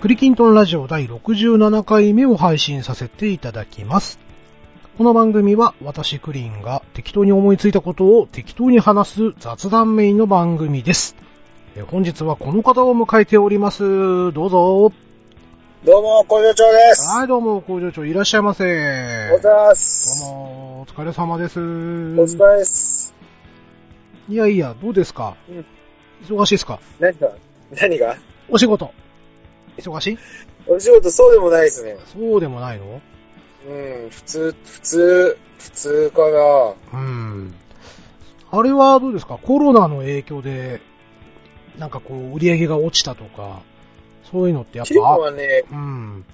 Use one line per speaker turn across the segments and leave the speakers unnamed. クリキントンラジオ第67回目を配信させていただきます。この番組は私クリンが適当に思いついたことを適当に話す雑談メインの番組です。えー本日はこの方を迎えております。どうぞ。
どうも、工場長です。
はい、どうも、工場長いらっしゃいませ。
おはようございます。
どうも、お疲れ様です。
お疲れです。
いやいや、どうですか、
うん
忙しいですか
何が何が
お仕事。忙しい
お仕事そうでもないですね。
そうでもないの
うん、普通、普通、普通かな。
うん。あれはどうですかコロナの影響で、なんかこう、売り上げが落ちたとか、そういうのってやっ
キリコ
ぱ、
はね、
うん。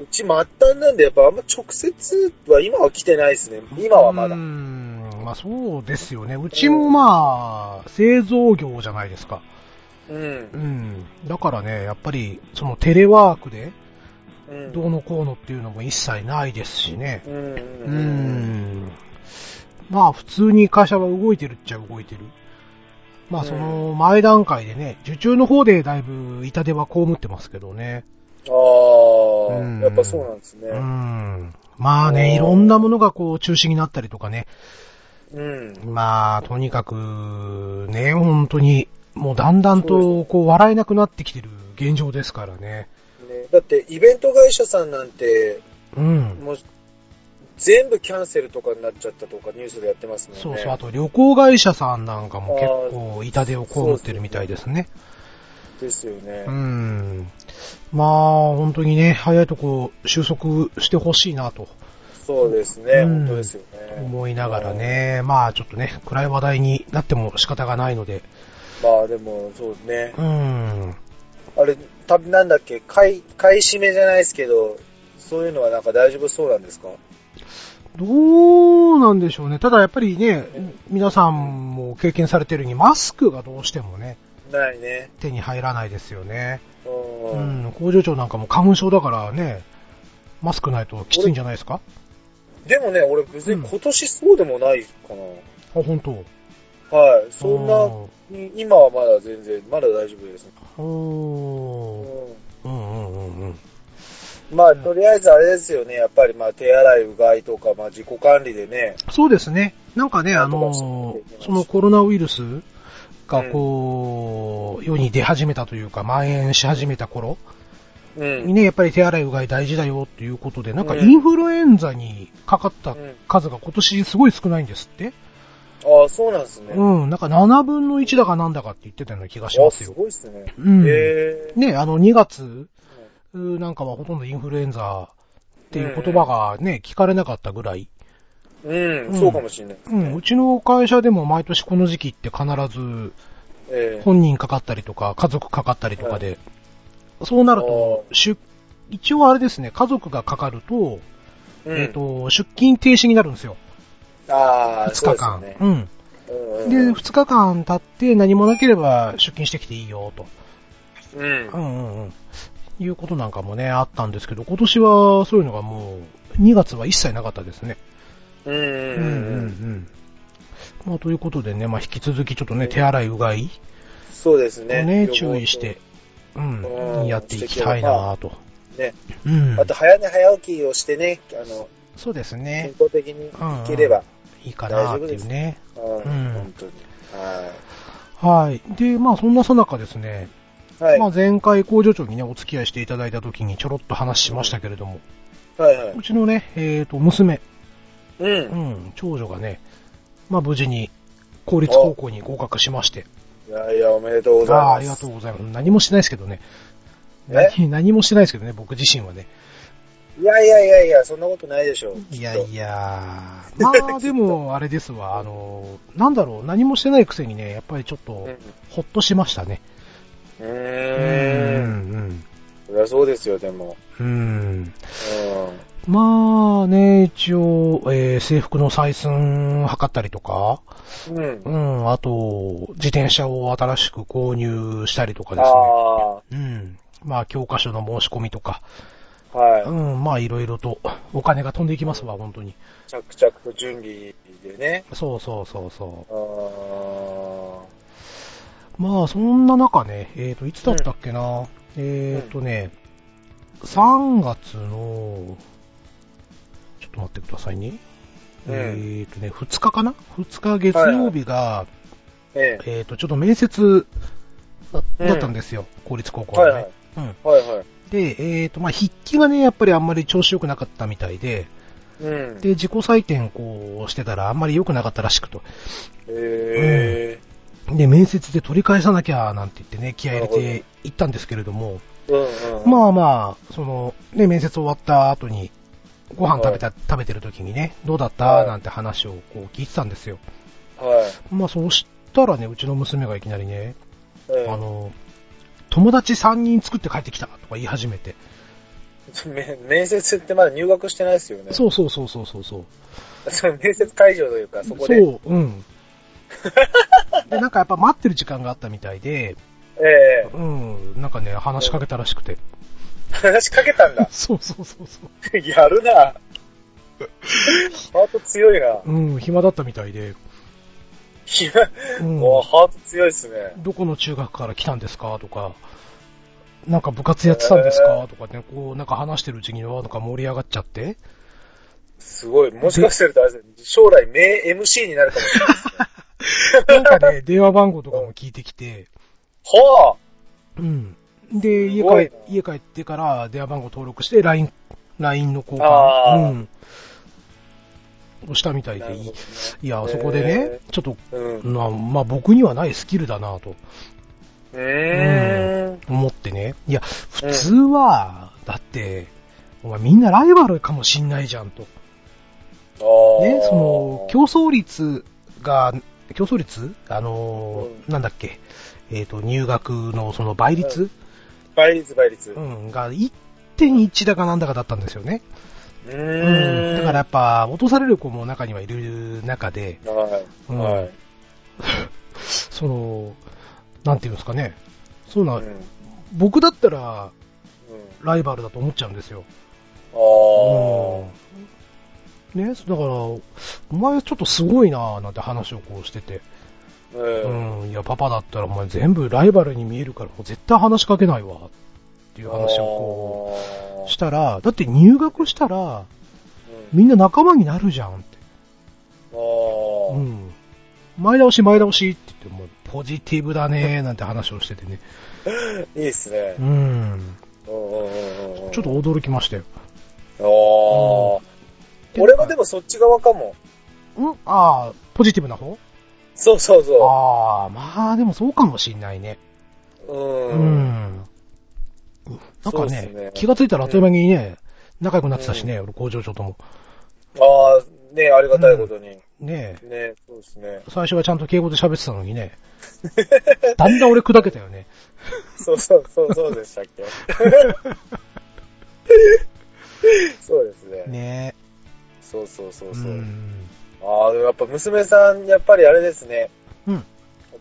うち末端なんで、やっぱあんま直接は今は来てないですね。今はまだ。
う
うんん。
まあそうですよね。うちもまあ、製造業じゃないですか。
うん
う。ん。だからね、やっぱり、そのテレワークで、
うん。
どうのこうのっていうのも一切ないですしね。
うん。
う
うん。
ん。まあ普通に会社は動いてるっちゃ動いてる。まあその前段階でね、受注の方でだいぶ痛手は被ってますけどね。
ああ、
うん
やっぱそうなんですね
う。ん。まあね、
おー
いろんなものがこう中止になったりとかね。
うん。
まあとにかく、ね、本当に、もうだんだんとこう笑えなくなってきてる現状ですからね。
ね、だって、イベント会社さんなんて、
うん。
もう、全部キャンセルとかになっちゃったとかニュースでやってますもんね。
そうそう。あと旅行会社さんなんかも結構痛手を被ってるみたいですね。
ですよね。
うん。まあ、本当にね、早いとこ収束してほしいなと
そうですね、
うん
本当ですよね。
思いながら。ね、まあちょっとね、暗い話題になっても仕方がないので、
まあでも、そうね
う。ん。
あれ、たなんだっけ、買い、買い占めじゃないですけど、そういうのはなんか大丈夫そうなんですか
どうなんでしょうね。ただやっぱりね、皆さんも経験されてるように、マスクがどうしてもね、
ないね。
手に入らないですよね。
う。
うんん、工場長なんかも花粉症だからね、マスクないときついんじゃないですか
でもね、俺別に今年そうでもないかな。
あ、本当
はい。そん
あ
な、
ー
今はまだ全然、まだ大丈夫ですね。う
おー。う
ん
んうんうんうん。
まあ、とりあえずあれですよね。やっぱり、まあ、手洗い、うがいとか、まあ、自己管理でね。
そうですね。なんかね、あ
なんとか
の
していきま
ー、
す
そのコロナウイルスがこう、世に出始めたというか、蔓延し始めた頃
う
に
ん。
ね、やっぱり手洗いうがい大事だよっていうことで、なんか
うん
インフルエンザにかかっ
う
た
ん、
数が今年すごい少ないんですって。
ああ、そうなんですね。
うん、なんか7分の1だかなんだかって言ってたような気がし
あ
ます
す
よ。
ごいですね。
うん。ね、
ええ
あの2月うーなんかはほとんどインフルエンザっていう言葉がね、聞かれなかったぐらい。
うん、
うん
そうかもしれない。
うん、うちの会社でも毎年この時期って必ず
ええ
本人かかったりとか、家族かかったりとかで、そうなると、出一応あれですね、家族がかかると、
うん
えっ、と、出勤停止になるんですよ。
ああ、
2
そ
日
うですよ
間。
ね。
うん。
うん
で、2日間経って何もなければ出勤してきていいよ、と。
うん
う。んうんうん。いうことなんかもね、あったんですけど、今年はそういうのがもう、2月は一切なかったですね。
うん。うん。
うんうんう
うん
ん。まあ、ということでね、まあ、引き続きちょっとね、手洗いうがい
そうです
を
ね。
ね、
予防
注意して、う、
うんん
やっていきたいなぁと。
ね。
うん。
あと、早寝早起きをしてね、あの、
そうです
健
ね。
康的に生きれば。
いいかなっていうね。
うん。
ん
本当に。は
はい。で、まあそんなさなかですね、
い。はい。
まあ前回工場長にね、お付き合いしていただいた時にちょろっと話しましたけれども、。
はいはいう
ちのね、えっ、と、娘、
う。
うんん、長女がね、まあ無事に公立高校に合格しまして、
いやいや、おめでとうござい
あ
ま
あ
す。
ー、ありがとうございます。何もしてないですけどね。
え
何何もしてないですけどね、僕自身はね。
いやいやいやいや、そんなことないでしょう。
いやいやー、 まあでも、あれですわ、あの、なんだろう、何もしてないくせにね、やっぱりちょっ
う
と
ん。、
ほっとしましたね。
う
う
ーん。
ん。
そりゃそうですよ、でも。
うん。
うん。
まあね、一応、えー制服の採寸測ったりとか、
うん
う。ん、あと、自転車を新しく購入したりとかで
あ
すね。うん。まあ、教科書の申し込みとか、
あ、はい。
うん、まあ、いろいろと、お金が飛んでいきますわ、本当に。
着々と準備でね。
そうそうそうそ
あ
う。
ー
まあ、そんな中ね、えっ、と、いつだったっけな、えっ、とね、 3月の、ちょっと待ってくださいね。
うん
えっ、とね、2日かな ?2 日月曜日が、
え
えっ、と、ちょっと面接だ
うん
だったんですよ。公立高
え。
校
は
の
い
ね。
はい。
うん。
はいはい。
で、えっ、と、まあ、筆記がね、やっぱりあんまり調子良くなかったみたいで、
うん。
で、自己採点こうしてたらあんまり良くなかったらしくと。
え
で、面接で取り返さなきゃなんて言ってね、気合い入れていったんですけれども、
え。うんうん。
まあまあ、その、ね、面接終わった後に、ご飯食べた、食べてる時にね、どうだっ
は
た
い
なんて話をこう聞いてたんですよ。
はい。
まあそうしたらね、うちの娘がいきなりね、
うん
あの、友達3人作って帰ってきたとか言い始めて。
め面接ってまだ入学してないですよね。
そうそうそうそうそうそう。
その 面接会場というか、そこで。
そう、 うん。で、なんかやっぱ待ってる時間があったみたいで、
ええ
うん、なんかね、話しかけたらしくて。。
話しかけたん だ
そうそうそうそう。
や るな。ハート強い な。
うん、暇だったみたいで、うん
もうハート強いですね。
どこの中学から来たんですかとか、なんか部活やってたんですか
へ
とかね、こう、なんか話してるうちに、なんか盛り上がっちゃって。
すごい。もしかしてるとあれですね将来名 MC になるかもしれないですね。
なんか ね、電話番号とかも聞いてきて、
は
うん。で、
す
家
ごい
帰家帰ってから電話番号登録して、LINE、LINE の交
あー
換、うん。をしたみた
あ
い
な
で、
る
い
ほどね
いや、そこでね、ちょっと、
うん。う
なまあ僕にはないスキルだなと
ーん。
思ってね。いや、普通は、だって、お前みんなライバルかもしんないじゃんと。
あー
ね、その、競争率が、競争率あのー、
う
なんだっけ、えっ、と、入学のその倍率、
倍率倍率。
う、
うん
が1.1だかなんだかだったんですよね。
ーん。
だからやっぱ、落とされる子も中にはいる中で、
ら、はい。
うん
はい。
その、なんていうんですかね、そうな、
うん。うん
僕だったら、ライバルだと思っちゃうんですよ。
あー。
ね、だから、お前ちょっとすごいなぁなんて話をこうしてて、
う。
うんん、いや、パパだったらお前全部ライバルに見えるから、もう絶対話しかけないわ、っていう話をこうしたら、だって入学したら、
うん
みんな仲間になるじゃんって。
あー
うん。前倒し前倒しって言って、もうポジティブだねーなんて話をしててね。
いいですね
う。ん。
うんうんうんうん
ちょっと驚きましたよ。
ああ。俺はでもそっち側かも。
うんああ、ポジティブな方
そうそうそ
ああ、まあでもそうかもしんないね。
う。
う
うん。
ん。なんか
そうっ
ね
すね
気がついたらあっという間にね、仲良くなってたしね、俺工場長とも。
ああ、ねありがたいことに。
ねえ
ねそうですね。
最初はちゃんと敬語で喋ってたのにね、 だんだん俺砕けたよね。
そうそうそう、そうでしたっ け。 そうですね。
ね
そうそうそう
え。
そうう。
ん。
ああ、やっぱ娘さん、やっぱりあれですね。
うん。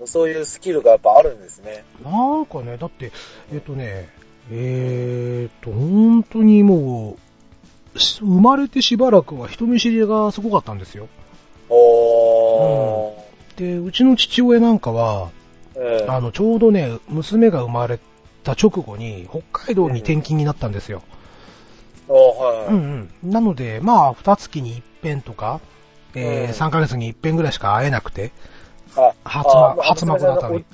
そういうスキルがやっぱあるんですね。
なんかね、だって、えっ、とね、えっ、と、本当にもう、し生まれてしばらくは人見知りがすごかったんですよ。
おー。
で、うちの父親なんかは、
うん。
あの、ちょうどね、娘が生まれた直後に、北海道に転勤になったんですよ。
おーはいは
う
い。
んうん。なので、まあ、二月に一遍とか、えー
うん
3ヶ月に一遍ぐらいしか会えなくて、
あ
初孫、
あまあ
初孫だったのに。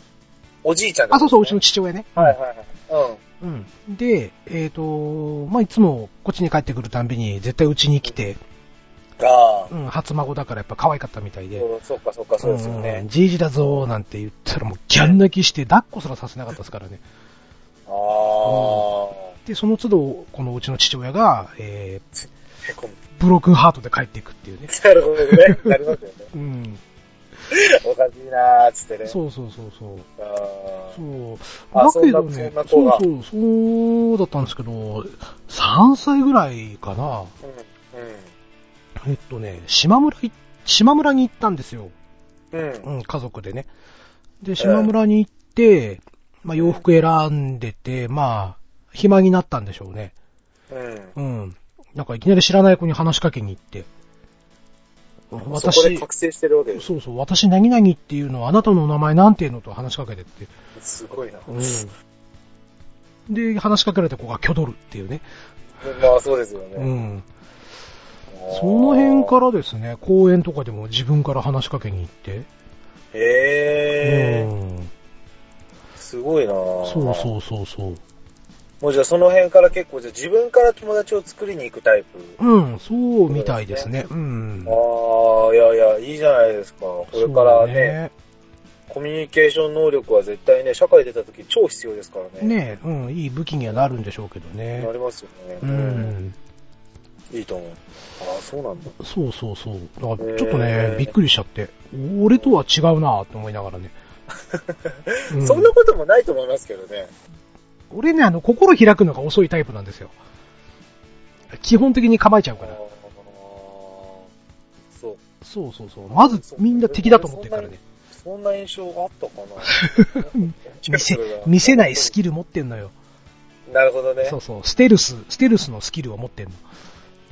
おじいちゃん
あ、そうそう、うちの
の。
父親ね。
はいはいはい。うん。
うん。で、えっ、と、まあ、いつもこっちに帰ってくるたんびに、絶対うちに来て、
ああ
う。ん、初孫だからやっぱ可愛かったみたいで、
そうそうかそうかそうですよ
うん
ね。
じいじだぞーなんて言ったらもうギャン泣きして、抱っこすらさせなかったですからね。
ああ。
で、その都度、このうちの父親が、え
へこむ。
ー、ブロークンハートで帰っていくっていうね。
なるほどね。なりますよね。
うん。
おかしいなーっつってね。う。
そうそうそうそう。そう。
あ
だけどね、
そんな
そ
そ
う
んな子が
そう、そうだったんですけど、3歳ぐらいかな。
う
えっとね、島村い、島村に行ったんですよ。
ん。うん。う
う
ん。
ん、家族でね。で、島村に行って、まあ洋服選んでて、まあ、暇になったんでしょうね。
うん。
うん。なんかいきなり知らない子に話しかけに行って。
そこで
私、
覚醒してるわけです。
そうそう、私何々っていうのはあなたのお名前なんていうのと話しかけてって。
すごいな。
うん。で、話しかけられた子がキョドルっていうね。
まあそうですよね。
うん。その辺からですね、公園とかでも自分から話しかけに行って。
ら。へえ、
うん。
すごいな
そう
う。
そうそうそう。
もうじゃあその辺から結構、じゃあ自分から友達を作りに行くタイプ。
うん、そうみたいですね。うん。
ああ、いやいや、いいじゃないですか。これからねコミュニケーション能力は絶対ね、社会出た時超必要ですから
そう
ね。
ね。ねうん、いい武器にはなるんでしょうけどね
な。りますよね。
うん。
いいと思う。ああ、そうなんだ。
そうそうそう。だから
ね
ちょっとね、びっくりしちゃって、俺とは違うなぁと思いながら ね。う
そんなこともないと思いますけどね。
俺ね、あの、心開くのが遅いタイプなんですよ。基本的に構えちゃうか
あー
ら。
そう。
そうそうそう。まずみんな敵だと思ってるからね。
そんな印象があったか な
見せ、見せないスキル持ってんのよ。
なるほどね
そ。うそう。ステルス、ステルスのスキルを持ってんの。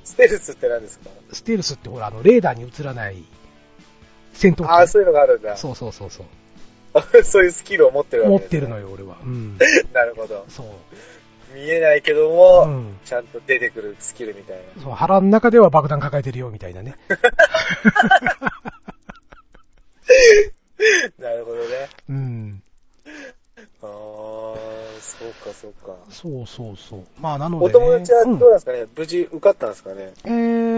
ステルスって何ですか
ステルスってほら、あの、レーダーに映らない戦闘機。
ああ、そういうのがあるんだ。
そうそうそうそう。
そういうスキルを持ってるわ
持っ
け
て
です
る
ね
のよ、俺は。うん。
なるほど。
そう。
見えないけど
う
も、
ん。
ちゃんと出てくるスキルみたい
そう、腹の中では爆弾抱えてるよ、みたいなね。
な。なるほどね。
うん。
ああ、そうかそうか。
そうそうそう。まあ、なので、ね。
お友達はど
う
うんなんですかね、無事受かったんですかね
え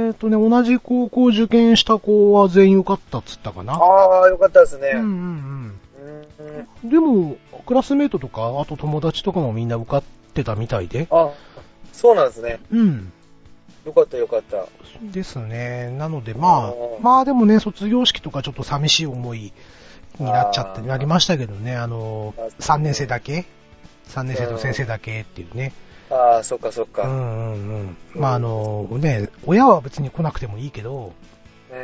ーとね、同じ高校受験した子は全員受かったっつったかな。
ああ、よかったですね。
う
うんん
うん
うん
うん。でも、クラスメイトとか、あと友達とかもみんな受かってたみたいで。
あ、そうなんですね。
うん。
よかったよかった。
ですね。なので、まあ
お、ー
まあでもね、卒業式とかちょっと寂しい思いになっちゃっ
あ
て、
ー
なりましたけどね、あの、3年生だけ ?3 年生と先生だけっていうね。
ああ、そっかそっ
う
か。
んうんうん。まああの、ね、親は別に来なくてもいいけど、
う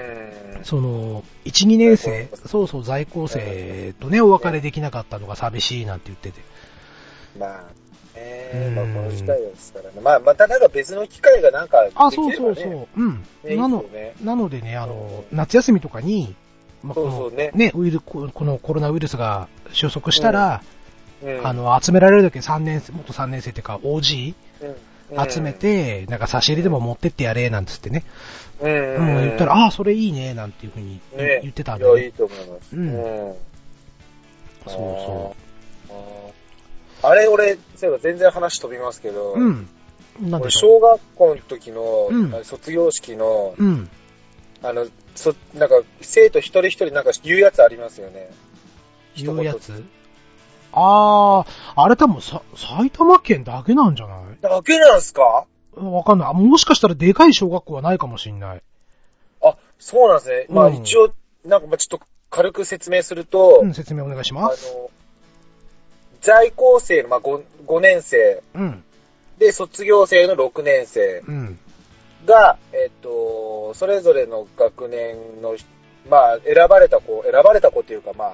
ん。
その、1、2年生
在校、
そうそう在校生とね、お別れできなかったのが寂しいなんて言ってて。
まあ、え
うん
ー、まあこの機会ですからね。まあまたなんか別の機会がなんかできれば、
あ、
ね、
そうそうそう。うん。
ね、
なの
いい、ですよね、
なのでね、あの、夏休みとかに、まあこ
そう
の
そうね。
ね、ウイルここのコロナウイルスが収束したら、
うん
あ、の、集められるだけ3年生、元3年生っていうか、OG
うん
集め、て、なんか差し入れでも持ってってやれ、なんつってね。
うん。
う、
うんん、
言ったら、ああ、それいいね、なんていうふうに
ね
言ってたん
い
でね、
や、いいと思います。
うん
うん
そうそ
あーあれ、俺、そういえば全然話飛びますけど、
う。うん。なんで
俺、
しょ
小学校の時の、
うん
あの卒業式の、
う。うん。
あの、そ、なんか、生徒一人一人なんか言うやつありますよね。一
言
言
うやつああ、あれ多分さ、埼玉県だけなんじゃな
だけなんすか
いわかんない。あもしかしたらでかい小学校はないかもしんない。
あ、そうなんですね。まあ、
うん
一応、なんか、まあちょっと軽く説明すると、
うん、説明お願いし
あ
ます。
の、在校生の、まあ5、5年生、
うん、
で、卒業生の6年生
うん、
が、えっと、それぞれの学年の、まあ、選ばれた子、選ばれた子っていうか、まあ、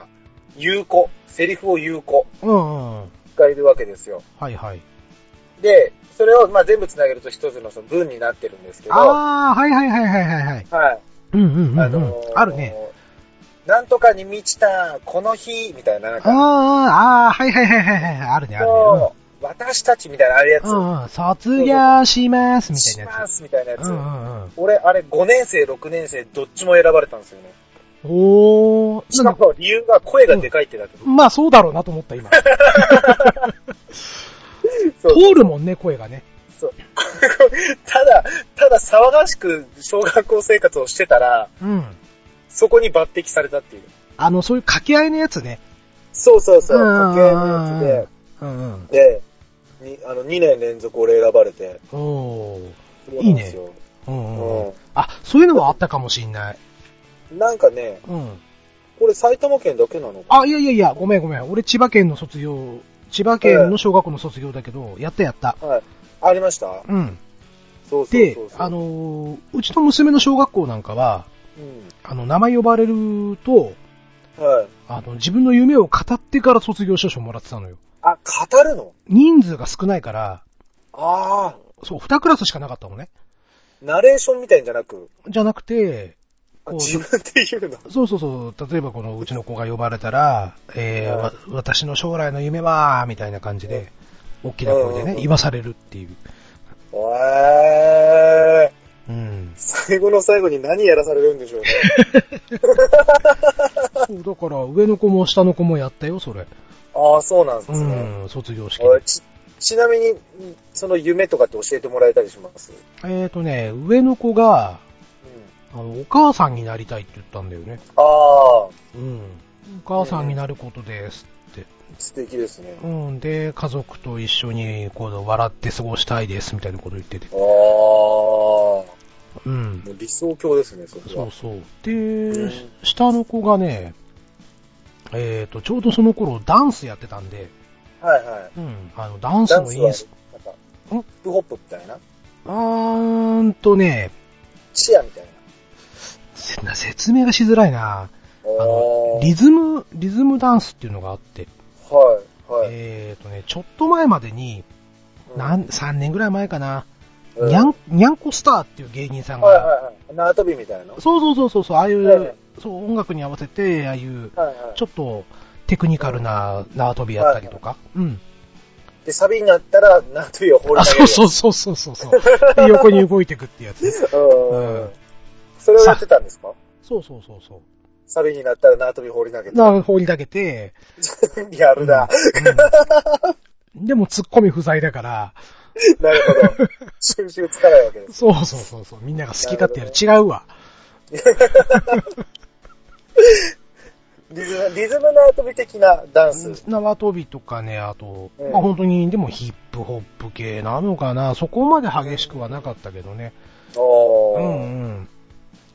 言う子、セリフを言う子
うん、うん。
がいるわけですよ。
はいはい。
で、それを、まあ、全部つなげると一つのその文になってるんですけど、は
ああ、はいはいはいはいはいはい。
い。あ
うんうんうん、うん
のー
あるね。。
なんとかに満ちた、この日、みたいな、なん
あー
か、
あー、はいはいはいはいはい。あるね、あるね。
もう私たちみたいな、あれやつ
う、ん、うん、卒業します、み
した
いな
ま
やつ。
す、みたいなや
うん
つ。
うんうん。
俺、あれ、5年生、6年生、どっちも選ばれたんですよね。
お
し
ー、な
か
んか、
も理由が声がでかいってだけ。
まあそうだろうなと思った、 今。
そう
通るもんね、声がね。
そう。ただ、ただ騒がしく小学校生活をしてたら、
うん。
そこに抜擢されたっていう。
あの、そういう掛け合いのやつね。
そうそうそう。
うん
時計のや
うんうん
つ。で、で、にあの、2年連続俺選ばれて。
おー。
そうなんですよ
うんうんうん。
う
あ、そういうのはあったかもしんない。
ん。なんかね、
うん。
これ埼玉県だけなのか
あ、いやいやいや、ごめんごめん。俺千葉県の卒業、千葉県の小学校の卒業だけど、やったやった。
はい。ありました
うん。
そうそう
で
そう。、そう
あ、のーうちの娘の小学校なんかは、
うん。
あの、名前呼ばれると、
はい。
あの、自分の夢を語ってから卒業証書もらってたのよ。
あ、語るの
人数が少ないから、
あ
そう、二クラスしかなかったのね。
あ、ナレーションみたいんじゃなく、
じゃなくて、
あ
こう
自分で言うの。
そうそうそう、例えばこのうちの子が呼ばれたら、えーわ私の将来の夢は、みたいな感じで、大きな声で
うんうん
ね、
うん
言わされるっていう。
えー、
うん。
最後の最後に何やらされるんでしょうね。
そう、だから上の子も下の子もやったよ、それ。
ああ、そうなんで
う
すね。
ん、卒業式で。
あちちなみに、その夢とかって教えてもらえたりします
えーとね、上の子が、
うん
あの、お母さんになりたいって言ったんだよね。
ああ、
うん。お母さんになることですって。
素敵ですね。
うん、で、家族と一緒に、こう、笑って過ごしたいです、みたいなこと言ってて。
ああ、
うん。
理想郷ですね、それ
そ
は
う。そう。で、下の子がね、えーと、ちょうどその頃ダンスやってたんで、
はいは
うん、あの、ダン
い。
ス
ダン
の
ス
イ
は
ンス、、
なんか、ヒ
ん
ップホップみたいな
あーんとね、
チアみたいな。
せ説明がしづらいなあの、
ー
リズム、リズムダンスっていうのがあって、
はい、はい。
えーとね、ちょっと前までに、
うん
なん、3年ぐらい前かな、
うん
にゃん、にゃんこスターっていう芸人さん
はい
が、
はいはい。縄跳びみたいな。はい
そうそうそうそうそう、ああい
はいは
う
い、
そう、音楽に合わせて、ああいう、
はい。
ちょっとテクニカルな縄跳びやったりとか、うん。
で、サビになったら、縄跳びを放り
あ、
投げ
そ
る。
うそうそうそうそうそう。で、横に動いてくってやつね。
うん。
うん
それをやってたんですか
そうそうそうそ
サビになったら縄跳び放り投げ
う。
て。
な、放り投げて、
リアル
う
だ。
んでも突っ込み不在だから、
なるほど。収集つかないわけです。
そうそうそうそう、みんなが好き勝手やる。違うわ。
リズム、リズム縄跳び的なダンス。
縄跳びとかね、あと、
うん
まあ本当に、でもヒップホップ系なのかな、そこまで激しくはなかったけどね。
お
う
ー。
んうん。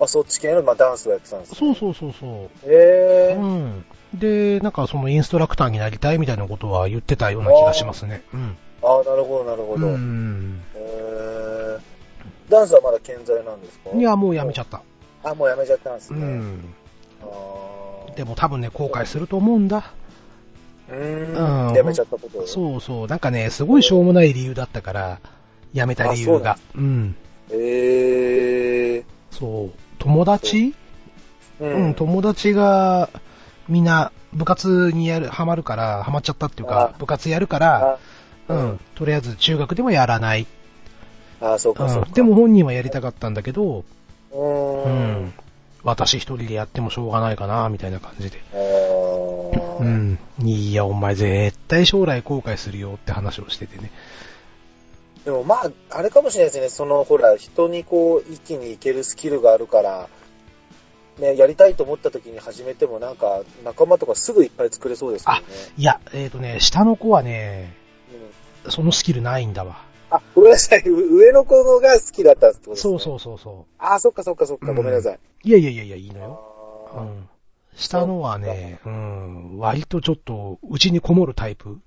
あ、そっち系の、まあ、ダンスをやってたんですね
そうそうそうそう。
へえ
う
ー。
ん。で、なんかそのインストラクターになりたいみたいなことは言ってたような気がしますね。うん。
あなるほど、なるほど。
う
へ
ん。
えー。ダンスはまだ健在なんですか
いや、もうやめちゃった。
あ、もうやめちゃったんです
う
ね。
ん。
あー
でも多分ね、後悔すると思うんだ。
う
う
ー
ん
ん。やめちゃったこと。う。
そうそう。なんかね、すごいしょうもない理由だったから、やめた理由が
あ。
うん。
ええ
そう。友達
ー。
うん、友達が、みんな、部活にやる、ハマるから、ハマっちゃったっていうか
あ、
部活やるから、
あ
う
うん
ん、とりあえず中学でもやらない。
あ、そうか、そう
う
か。
ん、でも、本人はやりたかったんだけど、
うー
うんん。。私一人でやってもしょうがないかな、みたいな感じで。
あー
うん。いや、お前絶対将来後悔するよって話をしててね。
でもまあ、あれかもしれないですね。その、ほら、人にこう、一気に行けるスキルがあるから、ね、やりたいと思った時に始めてもなんか、仲間とかすぐいっぱい作れそうですよね。
いや、えっ、とね、下の子はね、
うん
そのスキルないんだわ。
あ、ごめんなさい。う上の子が好きだったってことです
そ
ね。。
うそううそうそ
あ、そっかそっかそっ
う
か。
ん
ごめんなさい。
う。いやいやいやいや、いいの
あ
よ。う
ー
ん。下のはね、うん、割とちょっと、うちにこもるタイプ。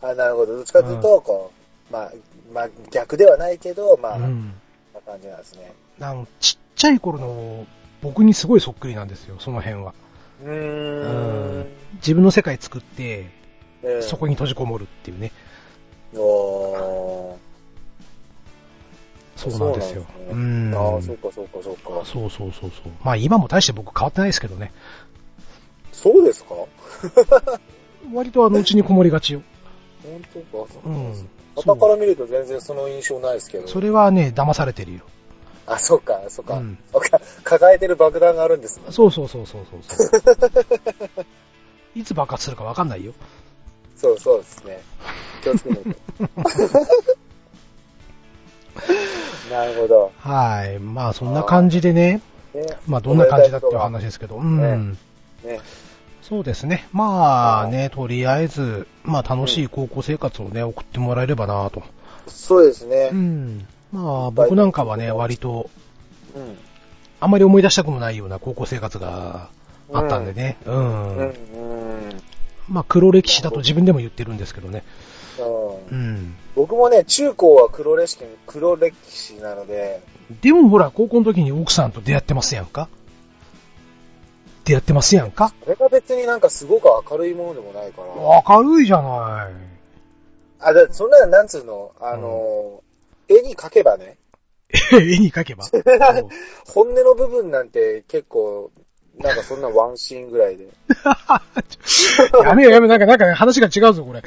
あ、なるほど。どっちかというと、こう、まあ、まあ、逆ではないけど、まあ、
う
こん
ん。
な感じなんですね。
あの、ちっちゃい頃の僕にすごいそっくりなんですよ、その辺は。
うーん。
自分の世界作って、
うん
そこに閉じこもるっていうね。
おー。
そうなんですよ。
そううなん
ん。
ああ、そうかそうかそうか。
そうそうそうそう。まあ今も大して僕変わってないですけどね。
そうですか
割とあのうちにこもりがちよ。
本当か。
う
そうか
ん。そ
旗から
う
見ると全然その印象ないですけど。
それはね、騙されてるよ。
あ、そうか、そう
う
か。
ん。
そうか抱えてる爆弾があるんですね。
そうそうそうそうそうそう。 いつ爆発するかわかんないよ。
そうそうですね。気をつ けないと。なるほど。
はい。まあそんな感じでね、
ね、
まあどんな感じだっていう話ですけど、うん。
ね。
そうですね。まあね、とりあえず、まあ楽しい高校生活をね、送ってもらえればなと。
そうですね
う。ん。まあ僕なんかはね、割と、
うん。
あまり思い出したくもないような高校生活があったんでね。うん。
うん。うん。うん
まあ黒歴史だと自分でも言ってるんですけどね。うん。
僕もね、中高は黒歴史、黒歴史なので、
でもほら、高校の時に奥さんと出会ってますやんか出会ってますやんか
これが別になんかすごく明るいものでもないから。
明るいじゃな
あ、だってそんな、なんつうの、あのー、絵に描けばね、
い。 絵に描け ば。そう
本音の部分なんて結構、なんかそんなワンシーンぐらいで。
やめよやめよ、なんか、なんか話が違うぞ、これ。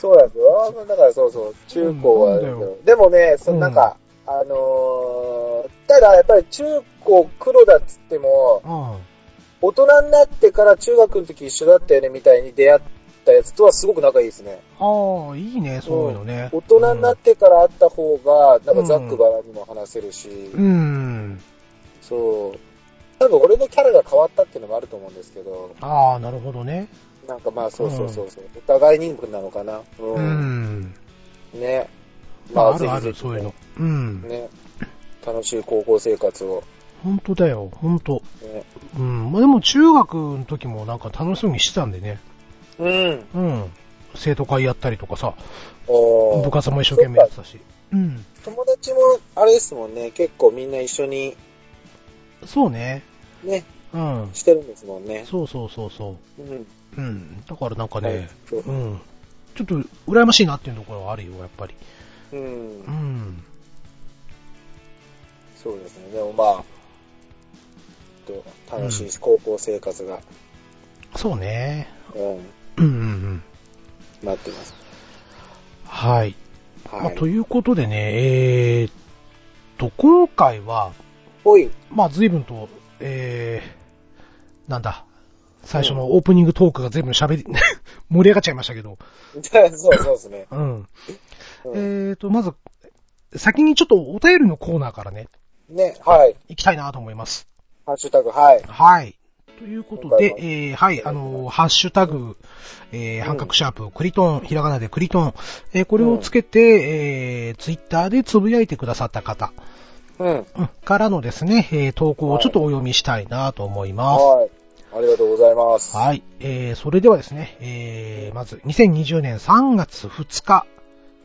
そうなんですよ。だからそうそう、中高は
そうなんだよ。
でもね、そ
うん
のなんか、あのーただやっぱり中高黒だっつっても、
あ
大人になってから中学の時一緒だったよねみたいに出会ったやつとはすごく仲いいですね。
ああ、いいね、そういうのね。
大人になってから会った方が、なんかざっくばらんにも話せるし、
うん。
そう。多分俺のキャラが変わったっていうのもあると思うんですけど、
ああ、なるほどね。
なんかまあそうそうそうそう、お互いになのかな。
う
うん。
ん。
ね。
まあ、あるあ
ぜ
る、
ひぜひ
そういうの。うん。
ね。楽しい高校生活を。
本当だよ、本当。
ね、
うん。まあでも中学の時もなんか楽しそうにしてたんでね。
うん。
うん。生徒会やったりとかさ、
おー
部活も一生懸命やってたし。うん。
友達も、あれですもんね、結構みんな一緒に、
そうね。
ね、
うん。
してるんですもんね。
そうそうそうそ
うん。
う。うん。だからなんか
は
ね
い、そう
うん。ちょっと羨ましいなっていうところはあるよ、やっぱり。
うん
う。ん。
そうですね。でもまあ、ちょっと楽しいです高校生活が、
そうね。
うん、
うんうんうん。
待ってます。
はい。ま
は
あ
い。
ということでね、えーっと、今回は、
ほい。
まあ随分と、えー、なんだ、最初のオープニングトークが全部喋り、 盛り上がっちゃいましたけど、
じゃあ そうそうですね。
うん。
うん
えーっと、まず、先にちょっとお便りのコーナーからね、
ね、はい。
行きたいなと思います。
ハッシュタグ、はい。
はい。ということで
今、
えー、はい、あのー、ハッシュタグ、えー、半角シャープ、クリトン、ひらがなでクリトン、えー、これをつけて、えー、ツイッターでつぶやいてくださった方、
うん。
うんからのですね、えー投稿をちょっとお読みしたいなと思います。は
はい。ありがとうございます。
い。えー、それではですね、えー、まず2020年3月2日、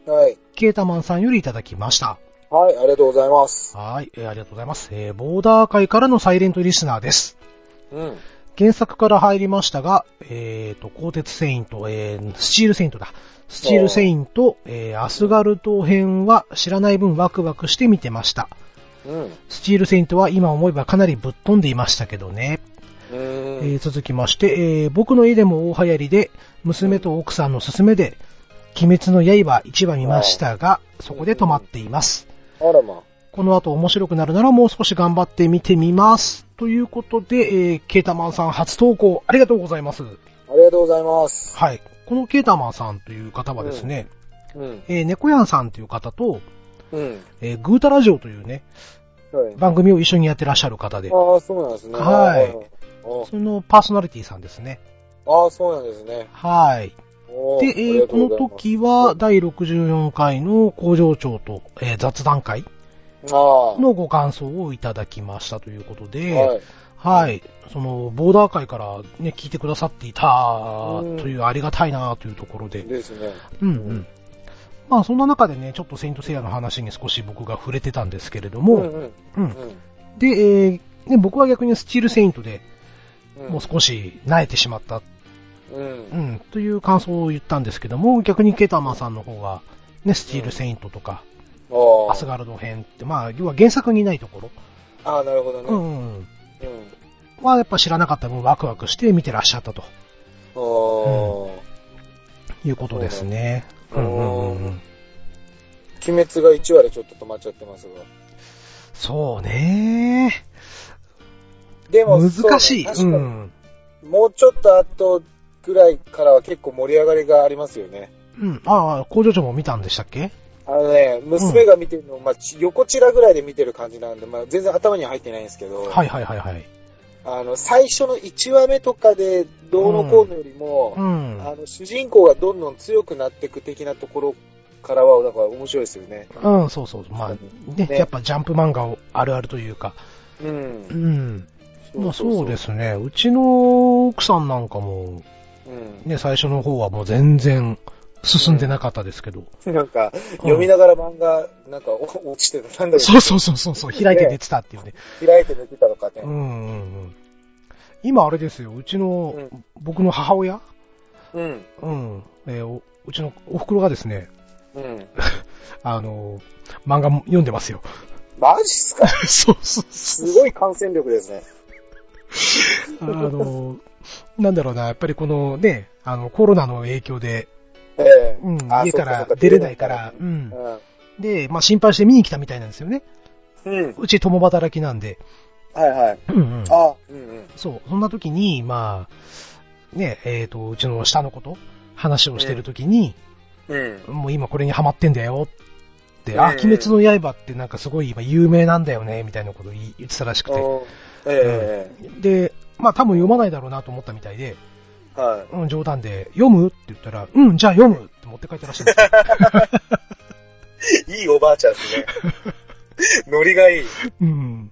はい。
ケータマンさんよりいただきました。
はい、ありがとうございます。
はい、えーありがとうございます。えー、ボーダー界からのサイレントリスナーです。
うん。
原作から入りましたが、えーと、鋼鉄セイント、えー、スチールセイントだ。スチールセイント、えー、アスガルト編は知らない分ワクワクして見てました。
うん。
スチールセイントは今思えばかなりぶっ飛んでいましたけどね。
うん。
えー続きまして、えー僕の家でも大流行りで、娘と奥さんの勧めで、鬼滅の刃1話見ましたが、そこで止まっています。
あらま。
この後面白くなるならもう少し頑張って見てみます。ということで、えーケータマンさん初投稿ありがとうございます。
ありがとうございます。
はい。このケータマンさんという方はですね、
うん。
えー猫やんさんという方と、
うん。
えーグータラジオというね、
はい。
番組を一緒にやってらっしゃる方で、
ああ、そうなんですね。
はい
お
そのパーソナリティさんですね。
ああ、そうなんですね。
はい。
お
で、え
あり
ー
がと
こ
う
の
ございます
時は、第64回の工場長と、えー雑談会
あ
のご感想をいただきましたということで、
あ、
は、
はいい。
その、ボーダー会からね、聞いてくださっていた
うん
というありがたいなというところで、
ですね。
うんうん。まあ、そんな中でね、ちょっとセイントセイヤの話に少し僕が触れてたんですけれども、
うんうん。
うん
うん
で、えーね、僕は逆にスチールセイントで
うん
もう少し慣れてしまった
う。
うんん、という感想を言ったんですけども、逆にケタマさんの方が、ね、スチールセイントとか、
ああ。
アスガルド編って、まあ、要は原作にないところ、
ああ、なるほど
う
ね。
ん、うん、
うん。
まあ、やっぱ知らなかった分ワクワクして見てらっしゃったと
ああ。
いうことですね。う
うんん
うんうんうん
鬼滅が1話でちょっと止まっちゃってますが。
そうね。
でも、
難しい。
そううね
ん。
確かにもうちょっと後ぐらいからは結構盛り上がりがありますよね。
うん。ああ、工場長も見たんでしたっけ
あのね、娘が見てるのを、まあ、ち横ちらぐらいで見てる感じなんで、まあ、全然頭には入ってないんですけど、
はいはいはいはい。
あの、最初の1話目とかで、どうのこうのよりも、
うん。
あの、主人公がどんどん強くなっていく的なところからは、だから面白いですよね。
うん、そうそう。まあ、ね、
ね
やっぱジャンプ漫画をあるあるというか。
う。。
うんん。まあそうですすね。うちの奥さんなんかも、
うん。
ね、最初の方はもう全然進んでなかったですけど。
なんか、読みながら漫画、なんか、お落ちてた、なんだけ
そうそうそうそうそう、開いて寝てたっていうね。
ど、開いて抜けたのかね
う。んうんうん。今あれですよ、うちの、
うん
僕の母親
うん。
うん、えーおうちのお袋がですね、
うん。
あのー漫画も読んで ますよ。
マジっすか
そうそうそ
すごい感染力ですね。
う。あのーなんだろうな、やっぱりこのね、あの、コロナの影響で、
え
うん、
あ
家から
そっかそっか
出れないから、う。
うんん。
で、まあ心配して見に来たみたいなんですよね。
うん。
うち共働きなんで。
はいはい。
うんうん。
あ、うんうん。
そう、そんな時に、まあ、ね、えっ、と、うちの下の子と話をしてる時に、
うん。
もう今これにハマってんだよって、あ、
うん
鬼滅の刃ってなんかすごい今有名なんだよね、みたいなことを言い言ってたらしくて。
おえ
で、まあ多分読まないだろうなと思ったみたいで、
えは
うん、冗談で、読むって言ったら、うん、じゃあ読むって持って帰ったらし いんですよ。
い。いいおばあちゃんですね。 ノリがいい。
うん。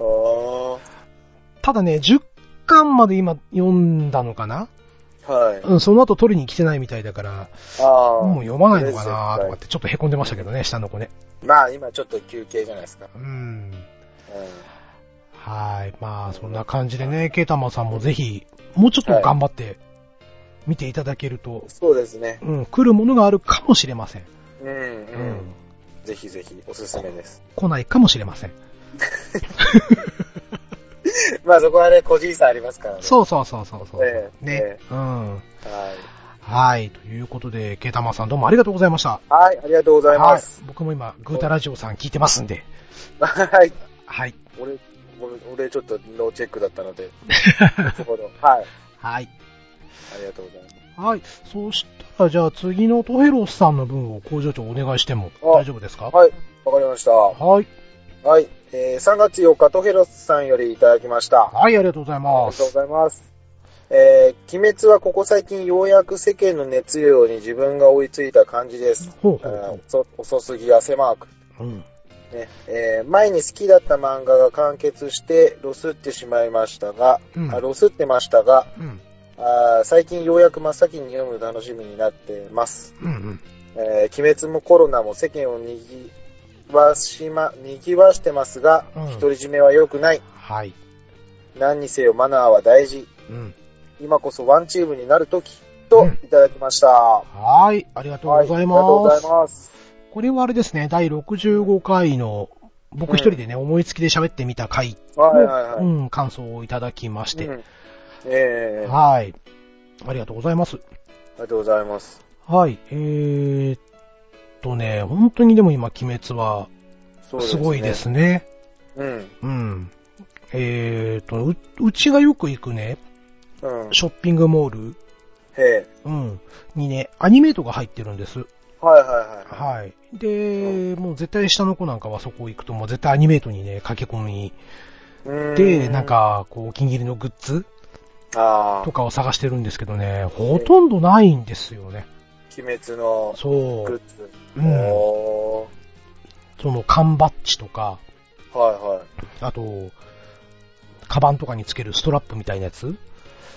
あー
ただね、10巻まで今読んだのかな
はい。
うん、その後取りに来てないみたいだから、
ああ。
もう読まないのかな
と
とかってちょっと凹んでましたけどね、下の子ね。
まあ今ちょっと休憩じゃないですか。
うん。
う
はい。まあ、そんな感じでね、ケータマさんもぜひ、もうちょっと頑張って、見ていただけると
ん、、そうですね。
うん、来るものがあるかもしれません。
うん、
う
うんん。。ぜひぜひおすすめです。
来ないかもしれません。
まあそこはね、個人差ありますからね。
そうそうそうそうそう。
ええ
ね
え。
うん。
う。はい。
はい。ということで、ケータマさんどうもありがとうございました。
はい、ありがとうございます。
はい。僕も今、グータラジオさん聞いてますんで。
はい。
はい。
俺、ごめん俺ちょっとノーチェックだった ので。なるほど。はい。
はい。
ありがとうございます。
はい。そしたら、じゃあ次のトヘロスさんの分を工場長お願いしても大丈夫ですか
はい。わかりました。
はい。
はい。えー、3月4日、トヘロスさんよりいただきました。
はい、ありがとうござい
あり
ま
がとうご
す。
ざいます。えー、鬼滅はここ最近ようやく世間の熱量に自分が追いついた感じです。
ほうほ
あー
う
遅遅すぎ汗マーク。
ほう。うん。
ねえー前に好きだった漫画が完結してロスってしまいましたが、
うん
あロスってましたが
うん。
あー最近ようやく真っ先に読む楽しみになってます、
うんうん。
えー鬼滅もコロナも世間をにぎわしまにぎわしてますが、
うん
独り占めは良くない
はい。
何にせよマナーは大事
うん。
今こそワンチームになる時と
うん
いただきました、
はい。ありがとうござい
はありがとうご
ま
ざい
す。
ます
これはあれですね、第65回の、僕一人でね、思いつきで喋ってみた回
はいはいはい、
の、うん、感想をいただきまし
う
て。
んえーあ
はい。ありがとうございます。
りがとうございます
はい。えーっとね、本当にでも今、鬼滅は、
そう
すごいですね。
うん
うん。えーっと、う、うちがよく行くね、
うん
ショッピングモール、
へえ
うん、にね、アニメートが入ってるんです。
はいはいはい。
はい。で、もう絶対下の子なんかはそこ行くと、もう絶対アニメートにね、駆け込み。
うーん
で、なん、か、こう、お気に入りのグッズ
あ
とかを探してるんですけどね、ほとんどないんですよね。
ー鬼滅の
そ
グッ
う。
ズ。
うん。
お
その、缶バッジとか、
ーは
あと、カバンとかにつけるストラップみたいなやつ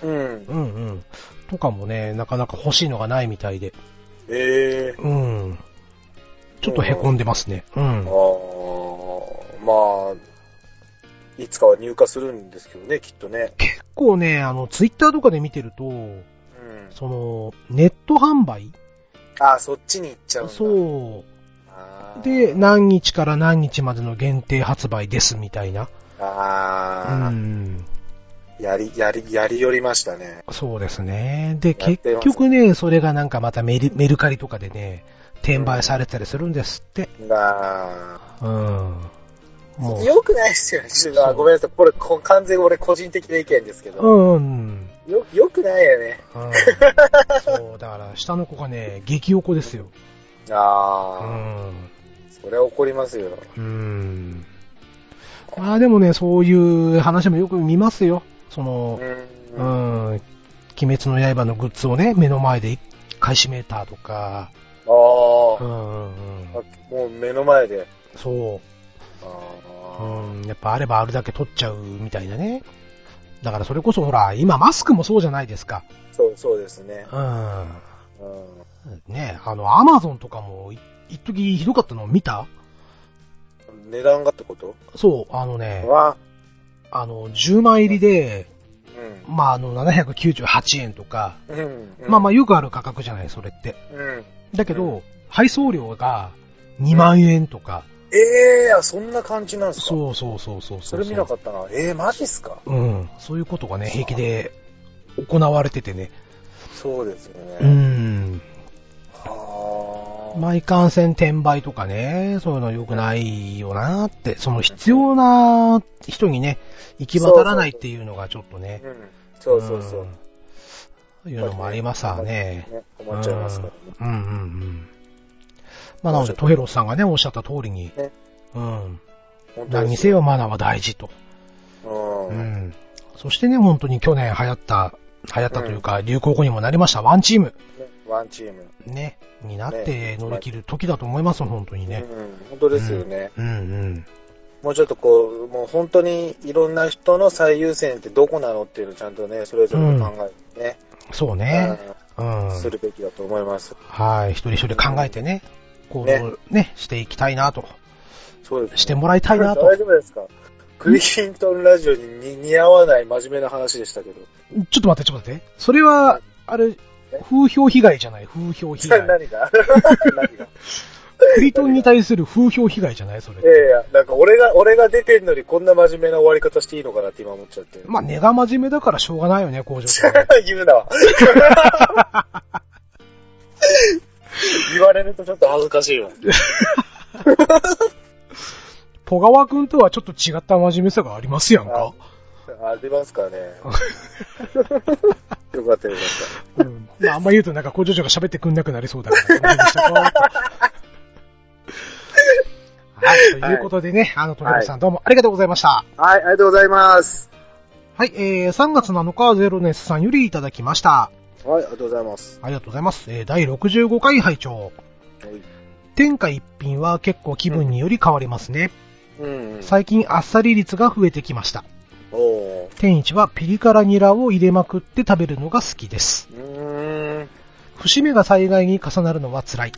いはい。うん。
うんうん。とかもね、なかなか欲しいのがないみたいで。
ええー。
うん。ちょっと凹んでますね。うん
あ。ーまあ、いつかは入荷するんですけどね、きっとね。
結構ね、あの、ツイッターとかで見てると、
うん。
その、ネット販売
あーそっちに行っちゃうんだ。
そ
あ
う。
ー
で、、何日から何日までの限定発売ですみたいな。う
あ
ん。
ーやり、やり、やり寄りましたね。
そうですね。で、
やって
結
ます
局ね、それがなんかまたメルメルカリとかでね、転売されてたりするんですって。
あ
うん。も
ーよくないですよね。ちょっとあ
そう
ごめんなさい。これ、こ完全に俺個人的な意見ですけ
う。う
ど。
んうん。
よ、よくないよね。
うん、そう、だから、下の子がね、激おこですよ。う
ああ。
ん。
それは怒りますよ。
うーん。まあでもね、そういう話もよく見ますよ。その、う
う
ん、
ん。
鬼滅の刃のグッズをね、目の前で買い占めたとか、
あ
うん、
あ、
うん
もう目の前で。
そ
あ
う、
ー
うん、やっぱあればあるだけ取っちゃうみたいなね。だからそれこそほら、今マスクもそうじゃないですか。
そう、そうですね。
う
うん
ん。ね、あの、アマゾンとかも、い一時ひどかったの見た
値段がってこと
そう、あのね、
は、
あの、10枚入りで、
うん。
まあ、あの、798円とか、
うん。
まあまあ
あ、
よくある価格じゃない、それって。
うん。
だけど、
う
配送料が2万円とか。
ええー、そんな感じなんですか
そうそうそうそうう。
それ見なかったな。ええー、マジっすか
うん。そういうことがね、平気で行われててね。
そうですよ
う
ね。
ん。まあ、いかんせん転売とかね、そういうの良くないよなーって、その必要な人にね、行き渡らないっていうのがちょっとね。
うん。そうそうそう。
うん。いうのもありますわね。
ね思っちゃいますからね。
うんうんうん。まあなので、トヘロスさんがね、おっしゃった通りに、
ね
うん。
本当
何に
に
せよマナーは大事と。
う。
うんん。そしてね、本当に去年流行った、流行ったというか、流行語にもなりました、ワンチーム。
ワンチーム。
ね、になって乗り切る時だと思います、本当にね。
うん。本当ですよね。
うんうん。
もうちょっとこう、もう本当にいろんな人の最優先ってどこなのっていうのをちゃんとね、それぞれの考えてね、
そうね。うん。
うんするべきだと思います。
はい。一人一人考えてね、行動を
ね
ね、していきたいなと。
そうです、ね。
してもらいたいなと
大丈夫ですかクリキントンラジオにに似合わない真面目な話でしたけど。
ちょっと待って、ちょっと待って。それは、あれ、風評被害じゃない、風評被害。
何が何が
クリトンに対する風評被害じゃない、そ
いや
れ。
いや、なんか俺が、俺が出てんのにこんな真面目な終わり方していいのかなって今思っちゃって。
まあ、根が真面目だからしょうがないよね、工場長ね
言うな。 言われるとちょっと恥ずかしいわ。
小川くんとはちょっと違った真面目さがありますやんか。
あ、出ます かね。よかったよかっ
うん。まあ、あんま言うとなんか工場長が喋ってくんなくなりそうだ から。はい、ということでね、あの、トレロさんどうもありがとうございました。
た。はい、ありがとうございます。
はい、えー、3月7日ゼロネスさんよりいただきました。
はい、ありがとうございます。
ありがとうございます。えー、第65回拝聴。天下一品は結構気分により変わりますね。
うん、うん。
最近あっさり率が増えてきました。
おー。
天一はピリ辛ニラを入れまくって食べるのが好きです。
うーん。
節目が災害に重なるのは辛い。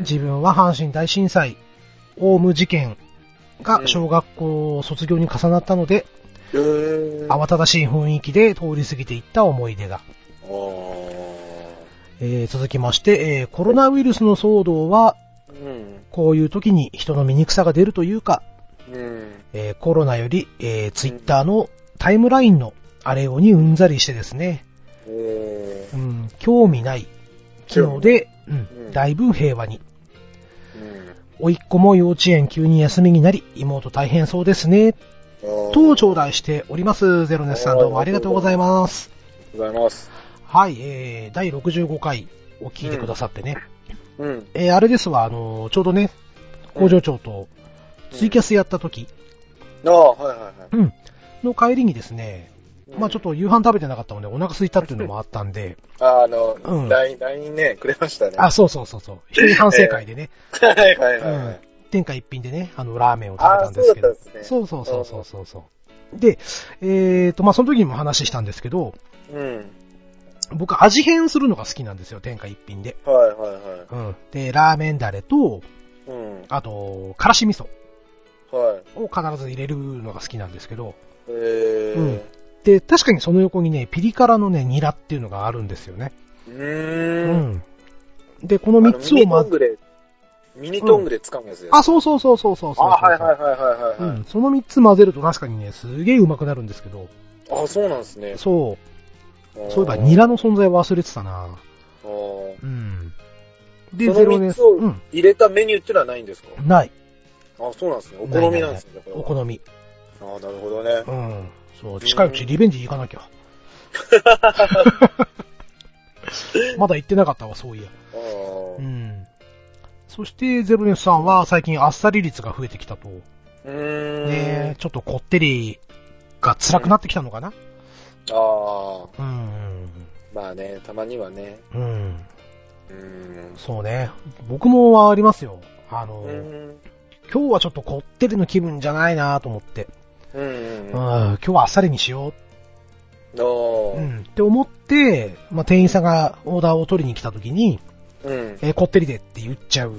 自分は阪神大震災、オウム事件が小学校卒業に重なったので、
分
慌ただしい雰囲気で通り過ぎていった思い出が。
お
えー続きまして、えーコロナウイルスの騒動は、
ー。うん。
こういう時に人の醜さが出るというか、
うん。
えーコロナより、えー、ツイッターのタイムラインのあれをにうんざりしてですね、
え
う
ー。
ん、興味ない機能で、う、
うんん
だいぶ平和に。
うん。
甥っ子も幼稚園急に休みになり、妹大変そうですね、
おー
と頂戴しております。ゼロネスさんどうもありがとうございます。
ありがとうございます。
はい、えー、第65回を聞いてくださってね。
うん。
えー、あれですわ、あのーちょうどね、工場長とツイキャスやった時、
ああ、はいはいは
うん、の帰りにですね、
い。
まあちょっ。と夕飯食べてなかったのでお腹空いたっていうのもあったんで、
あ
うん
の、LINE、LINE ね、くれましたね。
あ、そうそうそうそう、一人反省会でね、
はいはいはいうは
ん
い。、
天下一品でね、あの、ラーメンを食べたんですけ
あ
ど
そうだったん、ですね
そうそうそうそうそうそう。で、えっ、と、まあその時にも話したんですけど、
うん。
僕味変するのが好きなんですよ、天下一品で。
はいはいは
うん。で、ラーメンダレと、
い。うん。
あと、からし味噌
はい。
を必ず入れるのが好きなんですけど、
えー。
うんで、確かにその横にね、ピリ辛のね、ニラっていうのがあるんですよね。
う
う
ーん。
ん。で、この
あの
3つを
ミニト
ま
ン、グで、ミニトングで掴むやつです。
あ、そうそうそうそうそうそうそう。
あ、はいはいはいはいは
う
い。
ん、その3つ混ぜると確かにね、すげえうまくなるんですけど、
あ、そうなんですね。
そう、そういえばニ
ニ
ラの存在忘れてたなうん。で、
その
ゼロ年、
三つを
うん、
入れたメニューってのはないんですか
ない、
あ、そうなんですね。お好みなんですね。これは
お好み。
あなるほどね。
うん。そう、近いうちリベンジ行かな きゃ。まだ行ってなかったわ、そういや。
あー
うん。そして、ゼロ年さんは最近あっさり率が増えてきたと。
うーん。
ねちょっとこってりが辛くなってきたのかな
ああ、
うん。
まあね、たまにはね。
うん。
うーん。
そうね。僕もはありますよ。あの、
うーん。
今日はちょっとこってりの気分じゃないなと思って、
う
うん、
ん。あ
今日はあっさりにしよう、
ー
うん、って思って、まあ、店員さんがオーダーを取りに来た時に、
うん。
えーこってりでって言っちゃう。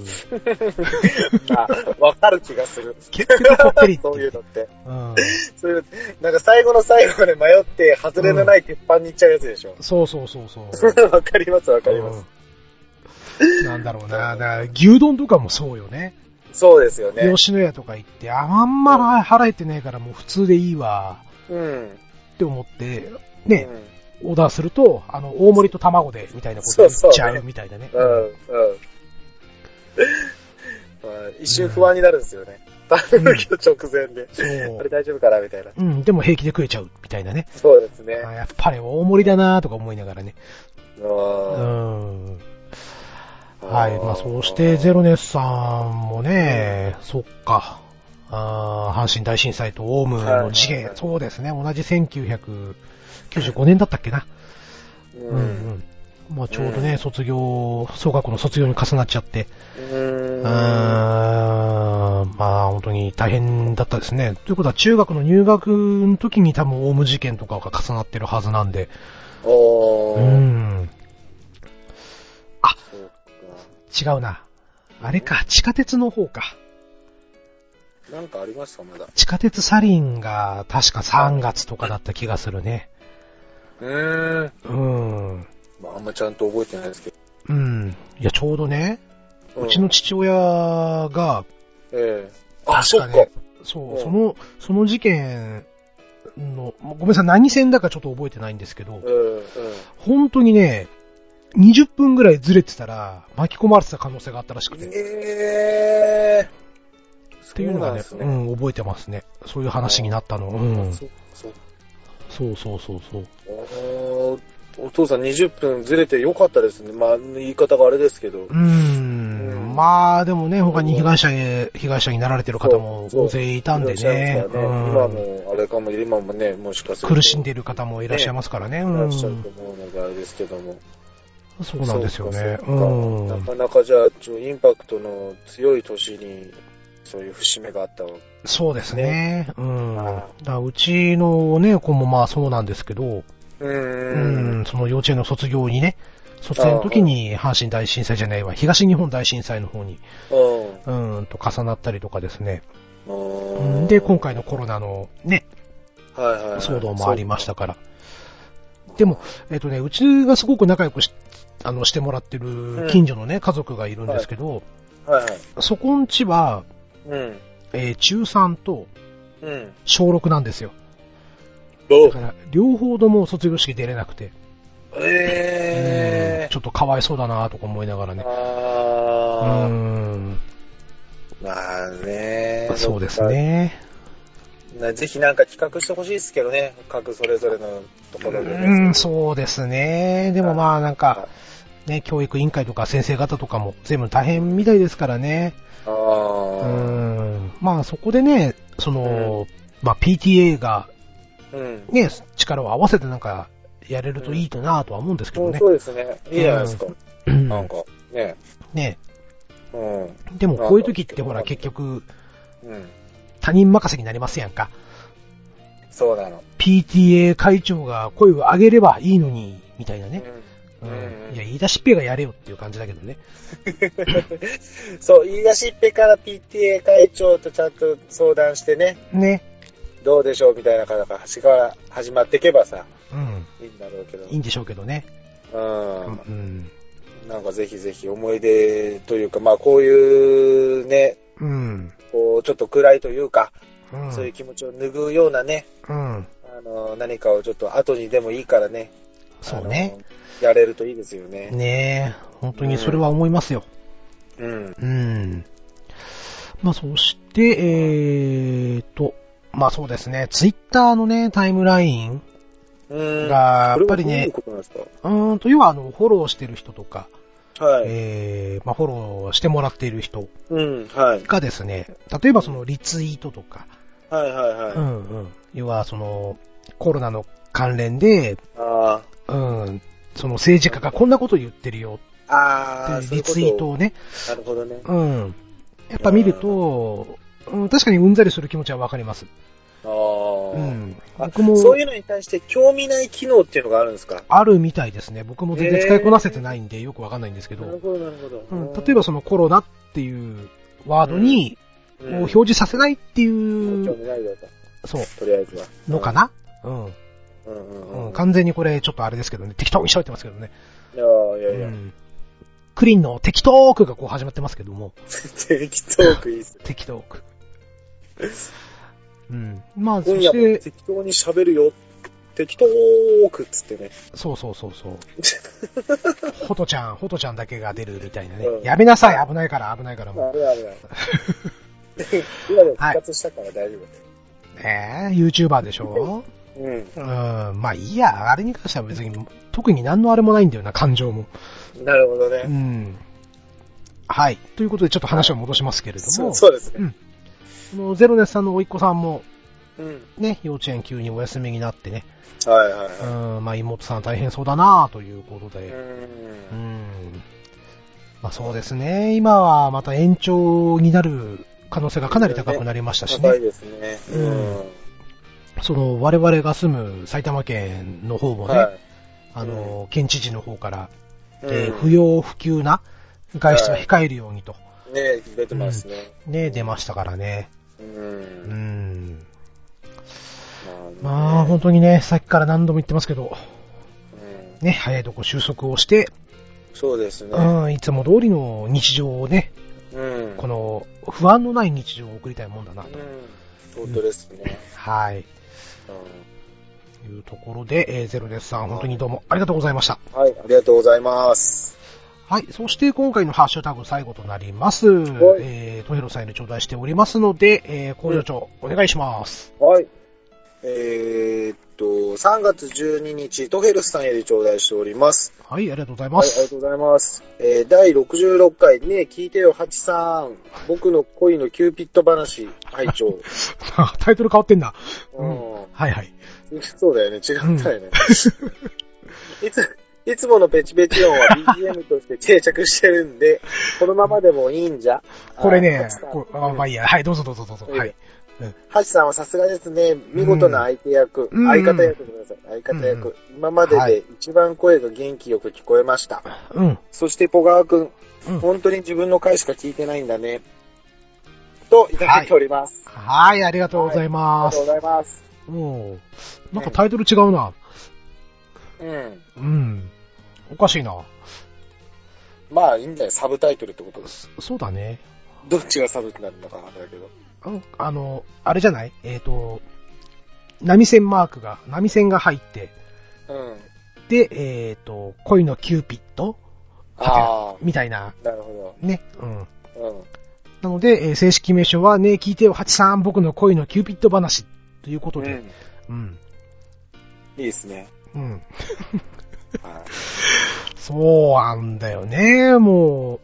あ、わかる気がする。
結局こってりって
そうい
言
う
って。
のって。
うん、
そういう、なんか最後の最後まで迷って、外れのない鉄板に行っちゃうやつでしょ。
そうそうそうそう。
わかります、わかります。
うんなんだ ろうな。だから牛丼とかもそうよね。
そうですよね。
吉野家とか行って、ああんま払えてないからもう普通でいいわ
うん。
って思って、
う
ね、
ん。
オーダー すると、あの、大盛りと卵でみたいなこと言っちゃうみたいなね。
うん。うん。うん、一瞬不安になるんですよね。食べるけど直前で。
そ
あ
う
れ。大丈夫かなみたいな。
うん、でも平気で食えちゃう、みたいなね。
そうですね。
あやっぱり大盛りだなとか思いながらね。う
は
ん。はい。まあ、そして、ゼロネスさんもね、そっか。あー阪神大震災とオウムの事
はいはい
件
は。い
そうですね。同じ1995年だったっけな。
う。
うんうんん。まあ、ちょうどね、卒業、総学校の卒業に重なっちゃって。うーん
うん。
まあ、本当に大変だったですね。ということは、中学の入学の時に多分、オウム事件とかが重なってるはずなんで。
お
う
ー。
ん。
そうか
違うな。あれか、地下鉄の方か。
なんかありましたまだ。
地下鉄サリンが確か3月とかだった気がするね。
うーん。
うん。う
まあ、あんまちゃんと覚えてないですけ
ん。いや、ちょうどね、
ど。
うちの
ん
父親が、
ええ。あ、
確
そ
か
っか
ね。、そうう、
ん
その、その事件の、ごめんなさい、何線だかちょっと覚えてないんですけど
う、ん。うん。
本当にね、20分ぐらいずれてたら巻き込まれてた可能性があったらしくて、っ
ええ。って
いうのがね、
そううなんですね。
ん、覚えてますね。そういう話になったの。うん。
そそう
そうそうそうそう。
おーお父さん20分ずれてよかったですね。まあ、言い方があれですけど
う。ーんまあでもね、他に被害者へ、被害者になられてる方も大勢いたんで
そういらっしゃい
ね
ま。す
う
からね今
ん
も、あれかも、今もね、もしかすると。
苦しんでいる方もいらっしゃいますからね。う
いら
ん
っし
そ
ゃると思うので、あれですけども。
うなんですよね。
そううかそうか
ん
な。かなかじゃあ、ちょインパクトの強い年に、そういう節目があったわけ。
そうですね。うん。だ
はい
からうちのね、子もまあそうなんですけど、
う
う
ーん。
ん、その幼稚園の卒業にね、卒園の時に阪神大震災じゃないわ、東日本大震災の方に、
うん
うん、と重なったりとかですね。
う
うん
ん。
で、今回のコロナのね、
はいはいはい
騒動もありましたから。でも、えっ、とね、うちがすごく仲良くしあのしてもらってる近所のね、家族がいるんですけど、
はいはい。
そこんちは、
うん。
えー中3と
うん。
小6なんですよ。
ど
だから、両方とも卒業式出れなくて、う
え
んちょっとかわいそうだなとか思いながら
ー。
ね。う
あー。
ん、
まあね。
そうです。ね。
なぜひなんか企画してほしいですけどね、各それぞれのところで、ね。
うん、そうですね。でもまあなんか、ね、教育委員会とか先生方とかも全部大変みたいですからね。
あ
う
あ。
んまあそこでね、その、まあ PTA が
うん。
ね、力を合わせてなんかやれるといいとなぁとは思うんですけ
そ
ど
う
ね。
そうですね。いいじゃないですか。
うん
なんか、ね。
ね、
うん。
でもこういう時ってほら結局
うん。
他人任せになりますやんか。
そうなの。
PTA 会長が声を上げればいいのに、みたいなね。
う。
うんん
う。ん
いや、言い出しっぺがやれよっていう感じだけどね。
そう、言い出しっぺから PTA 会長とちゃんと相談してね、
ね。
どうでしょうみたいな形からから始まっていけばさ、
うん。
いいんだろうけど。
いいんでしょうけどね。う
うん。
ん。
なんかぜひぜひ思い出というか、まあこういうね、
うん。
こうちょっと暗いというか、
うん。
そういう気持ちを拭うようなね、
うん。
あの、何かをちょっと後にでもいいからね。
そうね。
あの。やれるといいですよね。
ねえ。本当にそれは思いますよ。
うん。
うん。まあ、そして、えーと、まあそうですね、ツイッターのね、タイムライン
うん。
が、やっ
これ
ぱ
は
り
どうい
ね
う、ことなんですか
うーんと、要はあの、フォローしてる人とか、
はい。
えー、まあフォローしてもらっている人
うん、はい。
がですね、例えばそのリツイートとか、
はいはいうは
ん
い。
うん、要はその、コロナの関連で、
あ
うん、その政治家がこんなこと言ってるよ
あ。あ
っ
あ、
てい
そう
リ
ういうこと
ツイート。をね、
なるほどね。
うん、やっぱ見ると、うん、確かにうんざりする気持ちはわかります。
ああ。
うん。
あ
僕も、
そういうのに対して興味ない機能っていうのがあるんですか
あるみたいですね。僕も全然使いこなせてないんで、よくわかんないんですけ
なる
ど、
ほど、なるほど。
うん、例えばそのコロナっていうワードに、
う
を
ん、
表示させないってい
興
う、
味ないよと。
そう、
とりあえずは。
のかなうん、
うんうんう
う。
んうんん。
完全にこれ、ちょっとあれですけどね、適当に喋ってますけどね。
いやいうやいや。
ん。クリーンの適当ーくがこう始まってますけども、
適当くいいっす。
適当ー く。うん。まあ、そ
今
し
夜
て、
も適当に喋るよ。適当ーくっつってね。
そうそうそう そう。ホトちゃん、ホトちゃんだけが出るみたいなね
う。ん
やめなさい、危ないから、危ないからも
あれあ れあれ。今でも復活したから大丈
う。ねえ、YouTuber でしょ
夫。うん。
うん、まあいいや、あれに関しては別に、特に何のあれもないんだよな、感情も。
なるほど
う
ね。
ん。はい。ということで、ちょっと話を戻しますけれど
そ
も
う、そうです
うん
ね。
あのゼロネスさんのおいっ子さんも、
うん。
ね、幼稚園急にお休みになってね、
はいはいうは
ん、まあ妹さん大変そうだなあということ
い。
で、う
うん。
ん。まあそうですね、今はまた延長になる可能性がかなり高くなりましたし
高い
ね、
ですね。
うんその我々が住む埼玉県の方もね、
は
あの、県知事の方から、
い。
えー
うん
不要不急な外出は控えるようにと、
ね出てますね。
ね、出ましたからね。
う。
うんん。ま
ま
あ
あね
本当にね、さっきから何度も言ってますけど、
うん
ね、早いとこ収束をして、
そうですね。
うん、いつも通りの日常をね、
うん。
この不安のない日常を送りたいもんだな
う
と。
ん。本当ですね。
はい。
うん
いうところで、えーゼロデスさん、本当にどうもありがとうございました。
はい、ありがとうございます。
はい。そして今回のハッシュタグ最後となります。
はい
えー、トヘロさんに頂戴しておりますので、えー、工場長、お願いします。
はい。えーっと、3月12日、トヘルスさんより頂戴しております。
はい、ありがとうございま
はい、ありが
す。
とうございます。えー、第66回、ねえ、聞いてよ、ハチさん。僕の恋のキューピッド話、拝 聴。
タイトル変わってんだ。
う
うん。
ん。
はいはい。
そうだよね、違ったよね。いつ、いつものペチペチ音は BGM として定着してるんで、このままでもいいんじゃ。
これね
ハチさ、ん
こあまあいいや。はい、どうぞどうぞどうぞ。
うん
はい。
ハチさんはさすがですね、見事な相手役、
うん
相方役でごめんなさい、相方役、
うん
今まで
はい
で一番声が元気よく聞こえました。
うん。
そして、ポガワくん、
うん
本当に自分の回しか聞いてないんだね。と、いただいております。
はい、ありがとうござい
あ
ま
りがと
す。
うございます。
もう、なんかタイトル違うな。
うん。
うん。おかしいな。
まあ、いいんだよ、サブタイトルってことです。
そそうだね。
どっちがサブになるのかわかんないけど。
ああの、あれじゃないえっ、と、波線マークが、波線が入って、
うん。
で、えっ、と、恋のキューピッド
あ
みたいな、
あ、なるほ
ね。うん。
ど。うん。
なので、えー正式名称は、ねえ、聞いてよ、ハチさん、僕の恋のキューピッド話、ということ
う
で、
ん
うん。
いいですね。
うん。
はい
そうなんだよね。も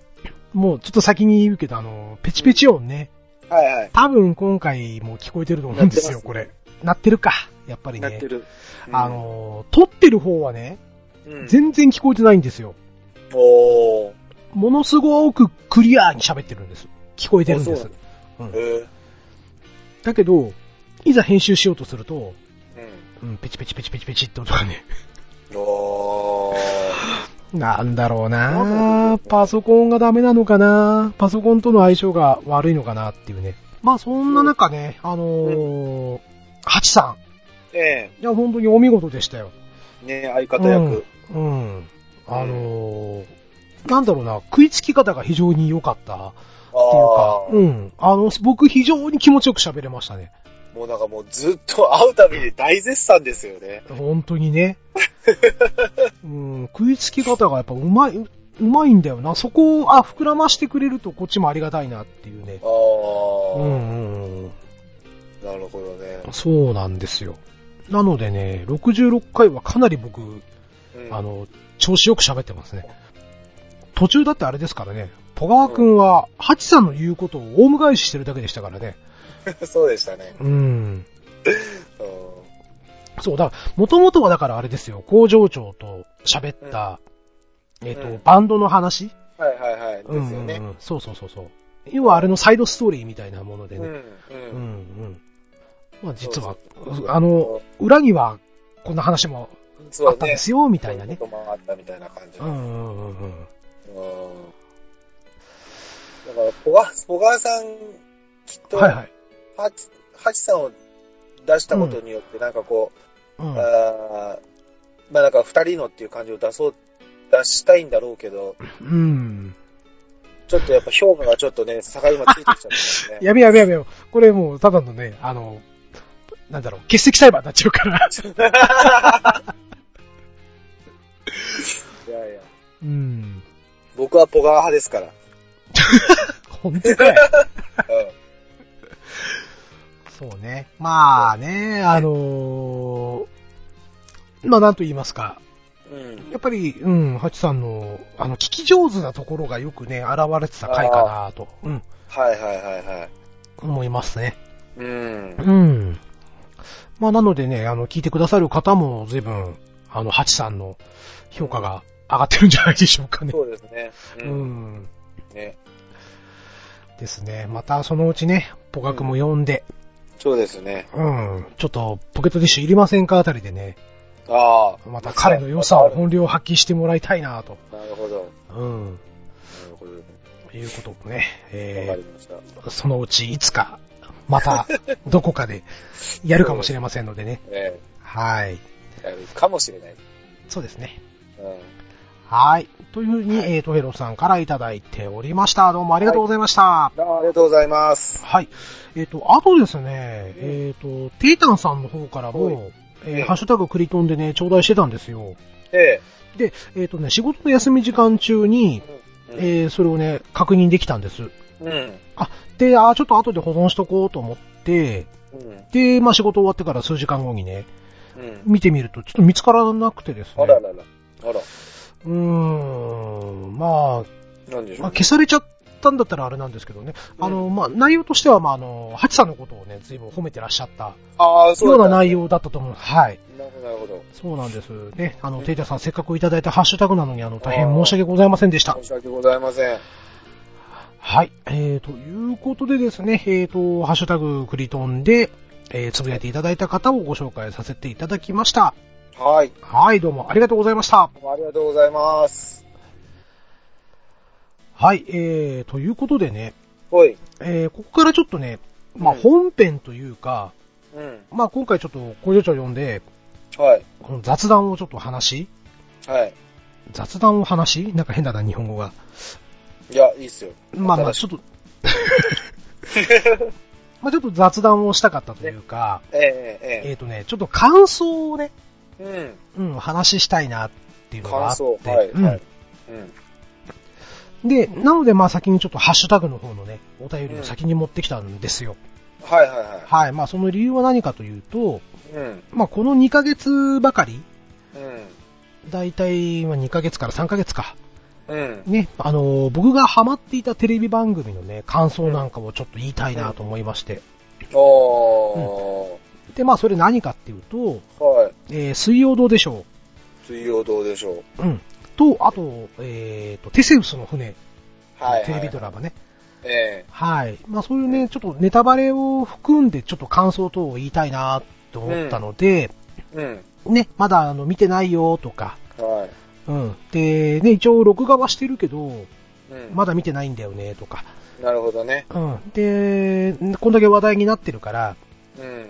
う、もうちょっと先に言うけど、あの、ペチペチ音ね。
はいはい。
多分今回も聞こえてると思うんです
なってま
よ、
す
これ。なってるか。やっぱり
な
ね。
ってる。うん
あ、のー、撮ってる方はね、
うん、
全然聞こえてないんですよ。
おー。
ものすごくクリアに喋ってるんです。聞こえてるんで
あそ
す
う。
うん
え
だけど、いざ編集しようとすると、
ー、
うん、ペチペチペチペチペチって音がね、
うん。おー。
なんだろう
なんだろ
な
う
パソコンがダメなのかなパソコンとの相性が悪いのかなっていうね。まあそんな中ね、あのー、ハチさ
え
ん。いや、本当にお見事でしたよ。
えね相方役。
うん。うん。あのー、なんだろうな、食いつき方が非常に良かった。っていうか
あ、ー
うん。あの、僕非常に気持ちよく喋れましたね。
もうなんかもうずっと会うたびに大絶賛ですよね。
本当に ね。うん、食いつき方がやっぱうまい、うまいんだよな。そこを、あ、膨らましてくれるとこっちもありがたいなっていうね
あ。
うん
ー、
うんうん。
なるほどね。
そうなんですよ。なのでね、66回はかなり僕、
うん
あ、の、調子よく喋ってますね。途中だってあれですからね、ポガワくんは、ハチさんの言うことをオウム返ししてるだけでしたからね。
そうでしたね。
うん。
うん
そう、だから、もともとはだからあれですよ、工場長と喋った、えっ、と、
うん
バンドの話
はいはいはい。
う
で
ん
す
う
よ
ん
ね。
うん。そうそうそうそう。要はあれのサイドストーリーみたいなもので
うん。う。
ね。うん、うんん、まあ実は
そうそう、
あの、裏にはこんな話も
そ
あ
う
ったん
ね
で。すよ、み
そ
た
う
い
い
な
う
ね。
こともあったみたいな感じ
う。んうんうんうん。
うんだから、小川、小川さん、きっと、
はいはい。
ハチ、ハチさんを出したことによって、なんかこ
う
う、
ん。
あーまあなんか二人のっていう感じを出そう、出したいんだろうけど、
うん。
ちょっとやっぱ評価がちょっとね、差が今ついてきちゃったんですね。
やべやべやべよ。これもうただのね、あの、なんだろう、欠席裁判になっちゃうから。
いやいや。
うん。
僕はポガー派ですから。
本当だよ。
うん。
そうね。まあね、あのーまあなんと言いますか。
うん。
やっぱり、うん、ハチさんの、あの、聞き上手なところがよくね、現れてた回かなと、うん、
はいはいはいはい。
思いますね。
うん。
うん。まあなのでね、あの、聞いてくださる方も随分、あの、ハチさんの評価が上がってるんじゃないでしょうかね。
そうですね。
う
うん。
ん。
ね。
ですね。またそのうちね、ポカクも読んで、
そうですね。
うん、ちょっとポケットティッシュいりませんかあたりでね、
ああ。
また彼の良さを、
な
本領を発揮してもらいたいなと。
るほど。
うん。
なるほど。
いうこともね、
わか
え
りました。
ー、そのうちいつか、また、どこかで、やるかもしれませんのでね。
え
はい。
えやるかもしれない。
そうですね。
うん。
はい。というふうに、えー、トヘロさんからいただいておりました。どうもありがとうございました。はい。
どうもありがとうございます。
えっ、と、あとですね、えっ、と、テイタンさんの方から
は
も、えー
ええ
ハッシュタグクリトンでね、頂戴してたんですよ。
え
で、えっ、とね、仕事の休み時間中に、
えうん。
えー、それをね、確認できたんです。
うん。
で、あーちょっと後で保存しとこうと思って、
うん。
で、まあ仕事終わってから数時間後にね、
うん。
見てみるとちょっと見つからなくてですね。
あららら。あら。
うーん、まあ、
なんでしょ
まあ、
う、
消されちゃったんだったらあれなんですけどね。あの、まあ、内容としては、まあ、あの、ハチさんのことをね、随分褒めてらっしゃった
ああ、そう
よう
だ
な
った
内。容だったと思う。はい。
なるほど、なるほど。
そうなんです。ね。あ
う
の、
ん
テイタさん、せっかくいただいたハッシュタグなのに、あの、大変申し訳ございませんでした
申。し訳ございません。
はい。えー、ということでですね、えー、と、ハッシュタグクリトンで、えー、つぶやいていただいた方をご紹介させていただきました。
はい。
はい、どうもありがとうございました。
どうもありがとうございます。
はい、えー、ということでね、
ほい。
えー、ここからちょっとね、まあ、
うん
本編というか、
うん。
まあ今回ちょっと工場長呼んで、
はい。
この雑談をちょっと話
はい。
雑談を話なんか変だな、日本語が。
いや、いいっすよ。
まあまあちょっと、 まあちょっと雑談をしたかったというか、
え
え
え
っ、とね、ちょっと感想をね、
えええ
うん、話したいなっていう
うん。
のがあ
感
って。
想。はい。
うん
はい。うん。
で、なのでまあ先にちょっとハッシュタグの方のね、お便りを先に持ってきたんですよ。
はいはいは
はい、まあその理由は何かというと、
い。うん。
まあこの2ヶ月ばかり、
うん。
だいたい2ヶ月から3ヶ月か、
うん。
ね、あのー僕がハマっていたテレビ番組のね、感想なんかをちょっと言いたいなと思いまして。
おー。
で、まあ、それ何かっていうと、
はい。
えー水曜どうでしょ
水曜どうでしょう。
う。うん。と、あと、えーと、テセウスの船、
はい。
テレビドラ
マ。
マね。
え
はい。まあ、そういうね、ちょっとネタバレを含んで、ちょっと感想等を言いたいなと思ったので、
えうん。
ね、まだあの見てないよとか、
はい。
うん。で、ね、一応録画はしてるけど、
うん。
まだ見てないんだよねとか、
なるほどね。
うん。で、こんだけ話題になってるから、
うん。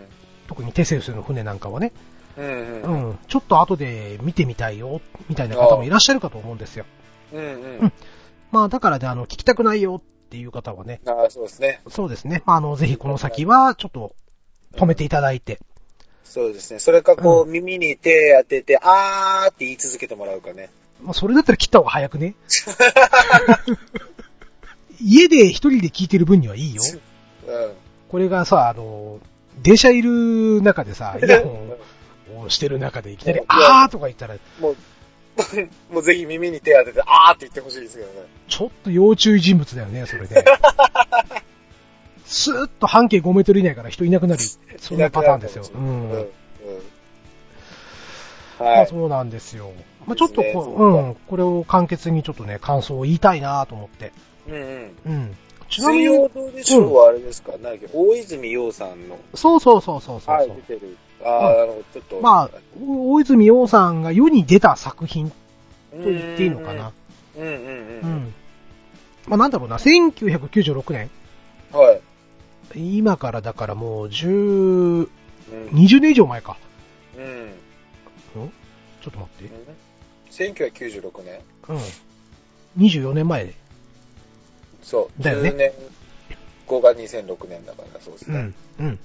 特にテセウスの船なんかはね、
うん。
う
うん。
ん、ちょっと後で見てみたいよ、みたいな方もいらっしゃるかと思うんですよ。
うん。
う
うんん。
まあ、だからね、あの、聞きたくないよっていう方はね、
ああ、そうですね。
そうですね、まあ、あの、ぜひこの先は、ちょっと、止めていただいて、
そうですね。それか、こう、
う
耳に手当てて、あーって言い続けてもらうかね。
まあ、それだったら切った方が早くね。家で一人で聞いてる分にはいいよ。
うん。
これがさ、あの、電車いる中で さ、イヤホンをしてる中でいきなり、あーとか言ったら、
も う、もうぜひ耳に手当てて、あーって言ってほしいですけどね。
ちょっと要注意人物だよね、それ で。スーッと半径5メートル以内から人いなくなる、そんなパターンですよ。
いな
う
くなる
ん。
かもしれないうん。うん
ま
は
あ
い。
そうなんですよ。まあちょっとこ
ですね
う、うん、これを簡潔にちょっとね、感想を言いたいなと思って。
うんうん。
うん。ちなみ
水
に
曜、どうでしょうはあれですか、なんだっけ、大泉洋さんの、
そうそうそうそうそう。
はい、出てる。ああ、なるほど、ちょっと。
まあ、大泉洋さんが世に出た作品と
と
言っていいのかな。。
うんうん
う
うん。
ん。まあなんだろうな、1996年。
はい。
今からだからもう10、
うん。
20年以上前か。
うん。
んちょっと待って。
1996年
うん。24年前で。
そう。
だよね
10年後が2006年だから、そうですね。。
うん。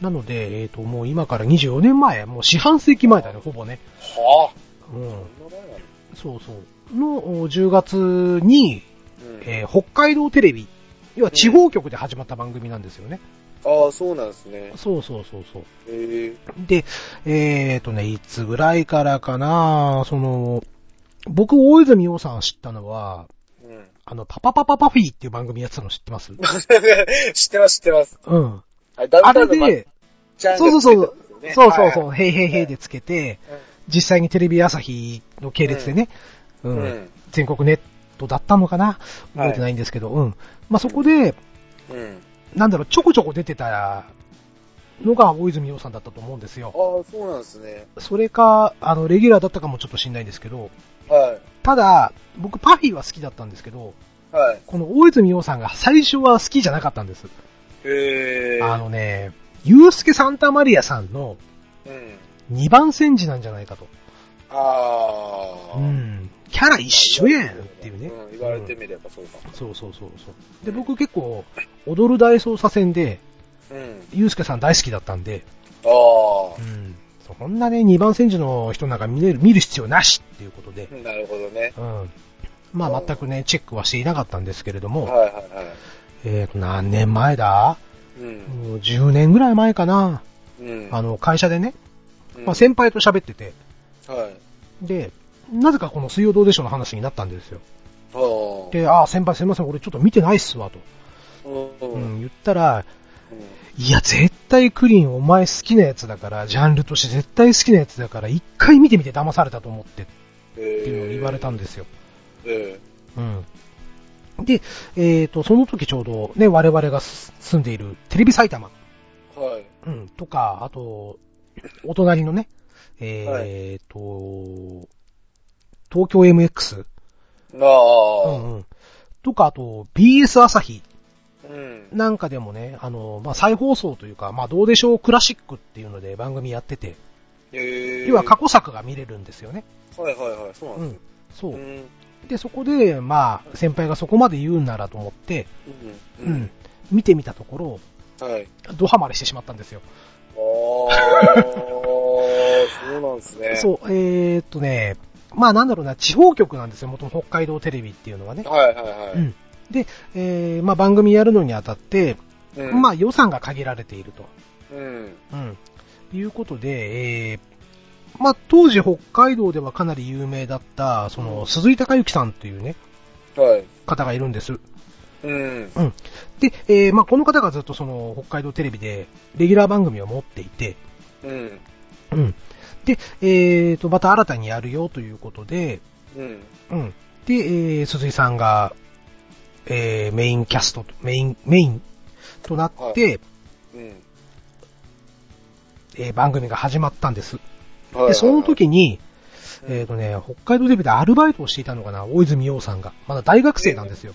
なので、えっ、と、もう今から24年前、もう四半世紀前だね、ほぼね。
は
うん。
あ、そんな前なの
そうそう。のお10月に、
うん
えー北海道テレビ、要は地方局で始まった番組なんですよね。
ああ、そうなんですね。
そうそうそうそう。
え
で、えっ、とね、いつぐらいからかな、その、僕、大泉洋さんを知ったのは、
えうん。
あの、パパパパパフィーっていう番組やってたの知ってます
知ってます、知ってます。
うん。
はい、ダウ
あ
ンタウ
れ
ンのまっ
で、
ちゃんが
そうそうそう
つけたんです
そう
よね
そう
は
そう、へいへいへいでつけて、
いはい
実際にテレビ朝日の系列でね、う、
うんん。うん。
全国ネットだったのかな覚えてないんですけど、うん。まあ、そこで、
うん。
なんだろう、ちょこちょこ出てたのが大泉洋さんだったと思うんです
ああ、
よ。
そうなんですね。
それか、あの、レギュラーだったかもちょっと知んないんですけど、
は
ただ、僕パフィーは好きだったんですけど、
い。はい。
この大泉洋さんが最初は好きじゃなかったんです。
へえ。
あのね、ユースケ・サンタマリアさんの
うん。
2番煎じなんじゃないかと。
ああ。
うん。キャラ一緒やんっていうね。
ん言われてみればそうかも。
そうそうそうそう。で、僕結構、踊る大捜査線で、
うん。
ユースケさん大好きだったんで、
ああ
うん。そんなね、2番煎じの人なんか見れる、見る必要なしっていうことで、
ー。なるほどね。
うん。まあ全くね、チェックはしていなかったんですけれど
はい
も、
はいは
えーと、何年前だ
い。うん。
もう10年ぐらい前かな。
うん。
あの、会社でね、
うん、
まあ先輩と喋ってて、
はい。
で、なぜかこの水曜どうでしょうの話になったんですよ。
ああ。
で、ああ、先輩すいません、俺ちょっと見てないっすわ、と、
うん。
うん
うん。
言ったら、いや、絶対クリーンお前好きなやつだから、ジャンルとして絶対好きなやつだから、一回見てみて騙されたと思ってって
って
いうのを言われたんですよ。
え
うん。で、えっ、と、その時ちょうどね、我々がす住んでいるテレビ埼玉、
えはい。
うん、とか、あと、お隣のね、
は
えっ、と、東京 MX、
なあ。
うんうん。とか、あと、BS 朝日
うん。
なんかでもね、あの、まあ、再放送というか、まあ、どうでしょうクラシックっていうので番組やってて、
ええ
要は過去作が見れるんですよね。
はいはいはい、そうなん
う
です
ん。そ
ね。
う。で、そこで、まあ、先輩がそこまで言うならと思って、
う。
うんん。見てみたところ、
うん。はい。
ドハマりしてしまったんですよ。
ああ、そうなんですね。
そう、えー、っとね、まあなんだろうな、地方局なんですよ、元の北海道テレビっていうのはね。
はいはいは
うんえー、まあ番組やるのにあたって、
い。うん
まあ予算が限られていると。
うん。
うん。いうことで、えー、まあ当時北海道ではかなり有名だった、その、鈴井隆之さんというね、
はい。
方がいるんです。
うん。
で、えー、まあこの方がずっとその、北海道テレビで、レギュラー番組を持っていて、
うん。
うん。で、えーと、また新たにやるよということで、
うん。
うん。で、えー、鈴井さんが、えー、メインキャストと、メイン、メインとなって、
うん。
えー番組が始まったんです。
はいはいは
で、
い
その、時に、
うん
えーとね、北海道デビューでアルバイトをしていたのかな、大泉洋さんが。まだ大学生なんですよ。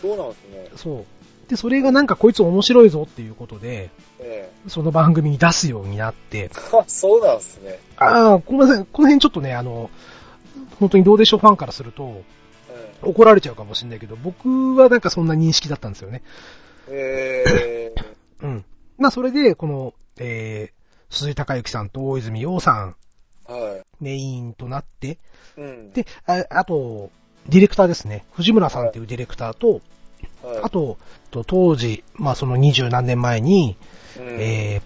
そうなんですね。
そう。で、それがなんかこいつ面白いぞっていうことで、
え
その番組に出すようになって、
え。あそうなんですね。
ああ、ごめんなさい、この辺ちょっとね、あの、本当にどうでしょうファンからすると、
え
怒られちゃうかもしれないけど、僕はなんかそんな認識だったんですよね。
え。
うん。まあ、それで、この、えー、鈴井隆之さんと大泉洋さん、
は
メインとなって、
い。うん。
で、ああと、ディレクターですね。藤村さんっていうディレクターと、
はい、
あと、と当時、まあ、その二十何年前に、
うん、
え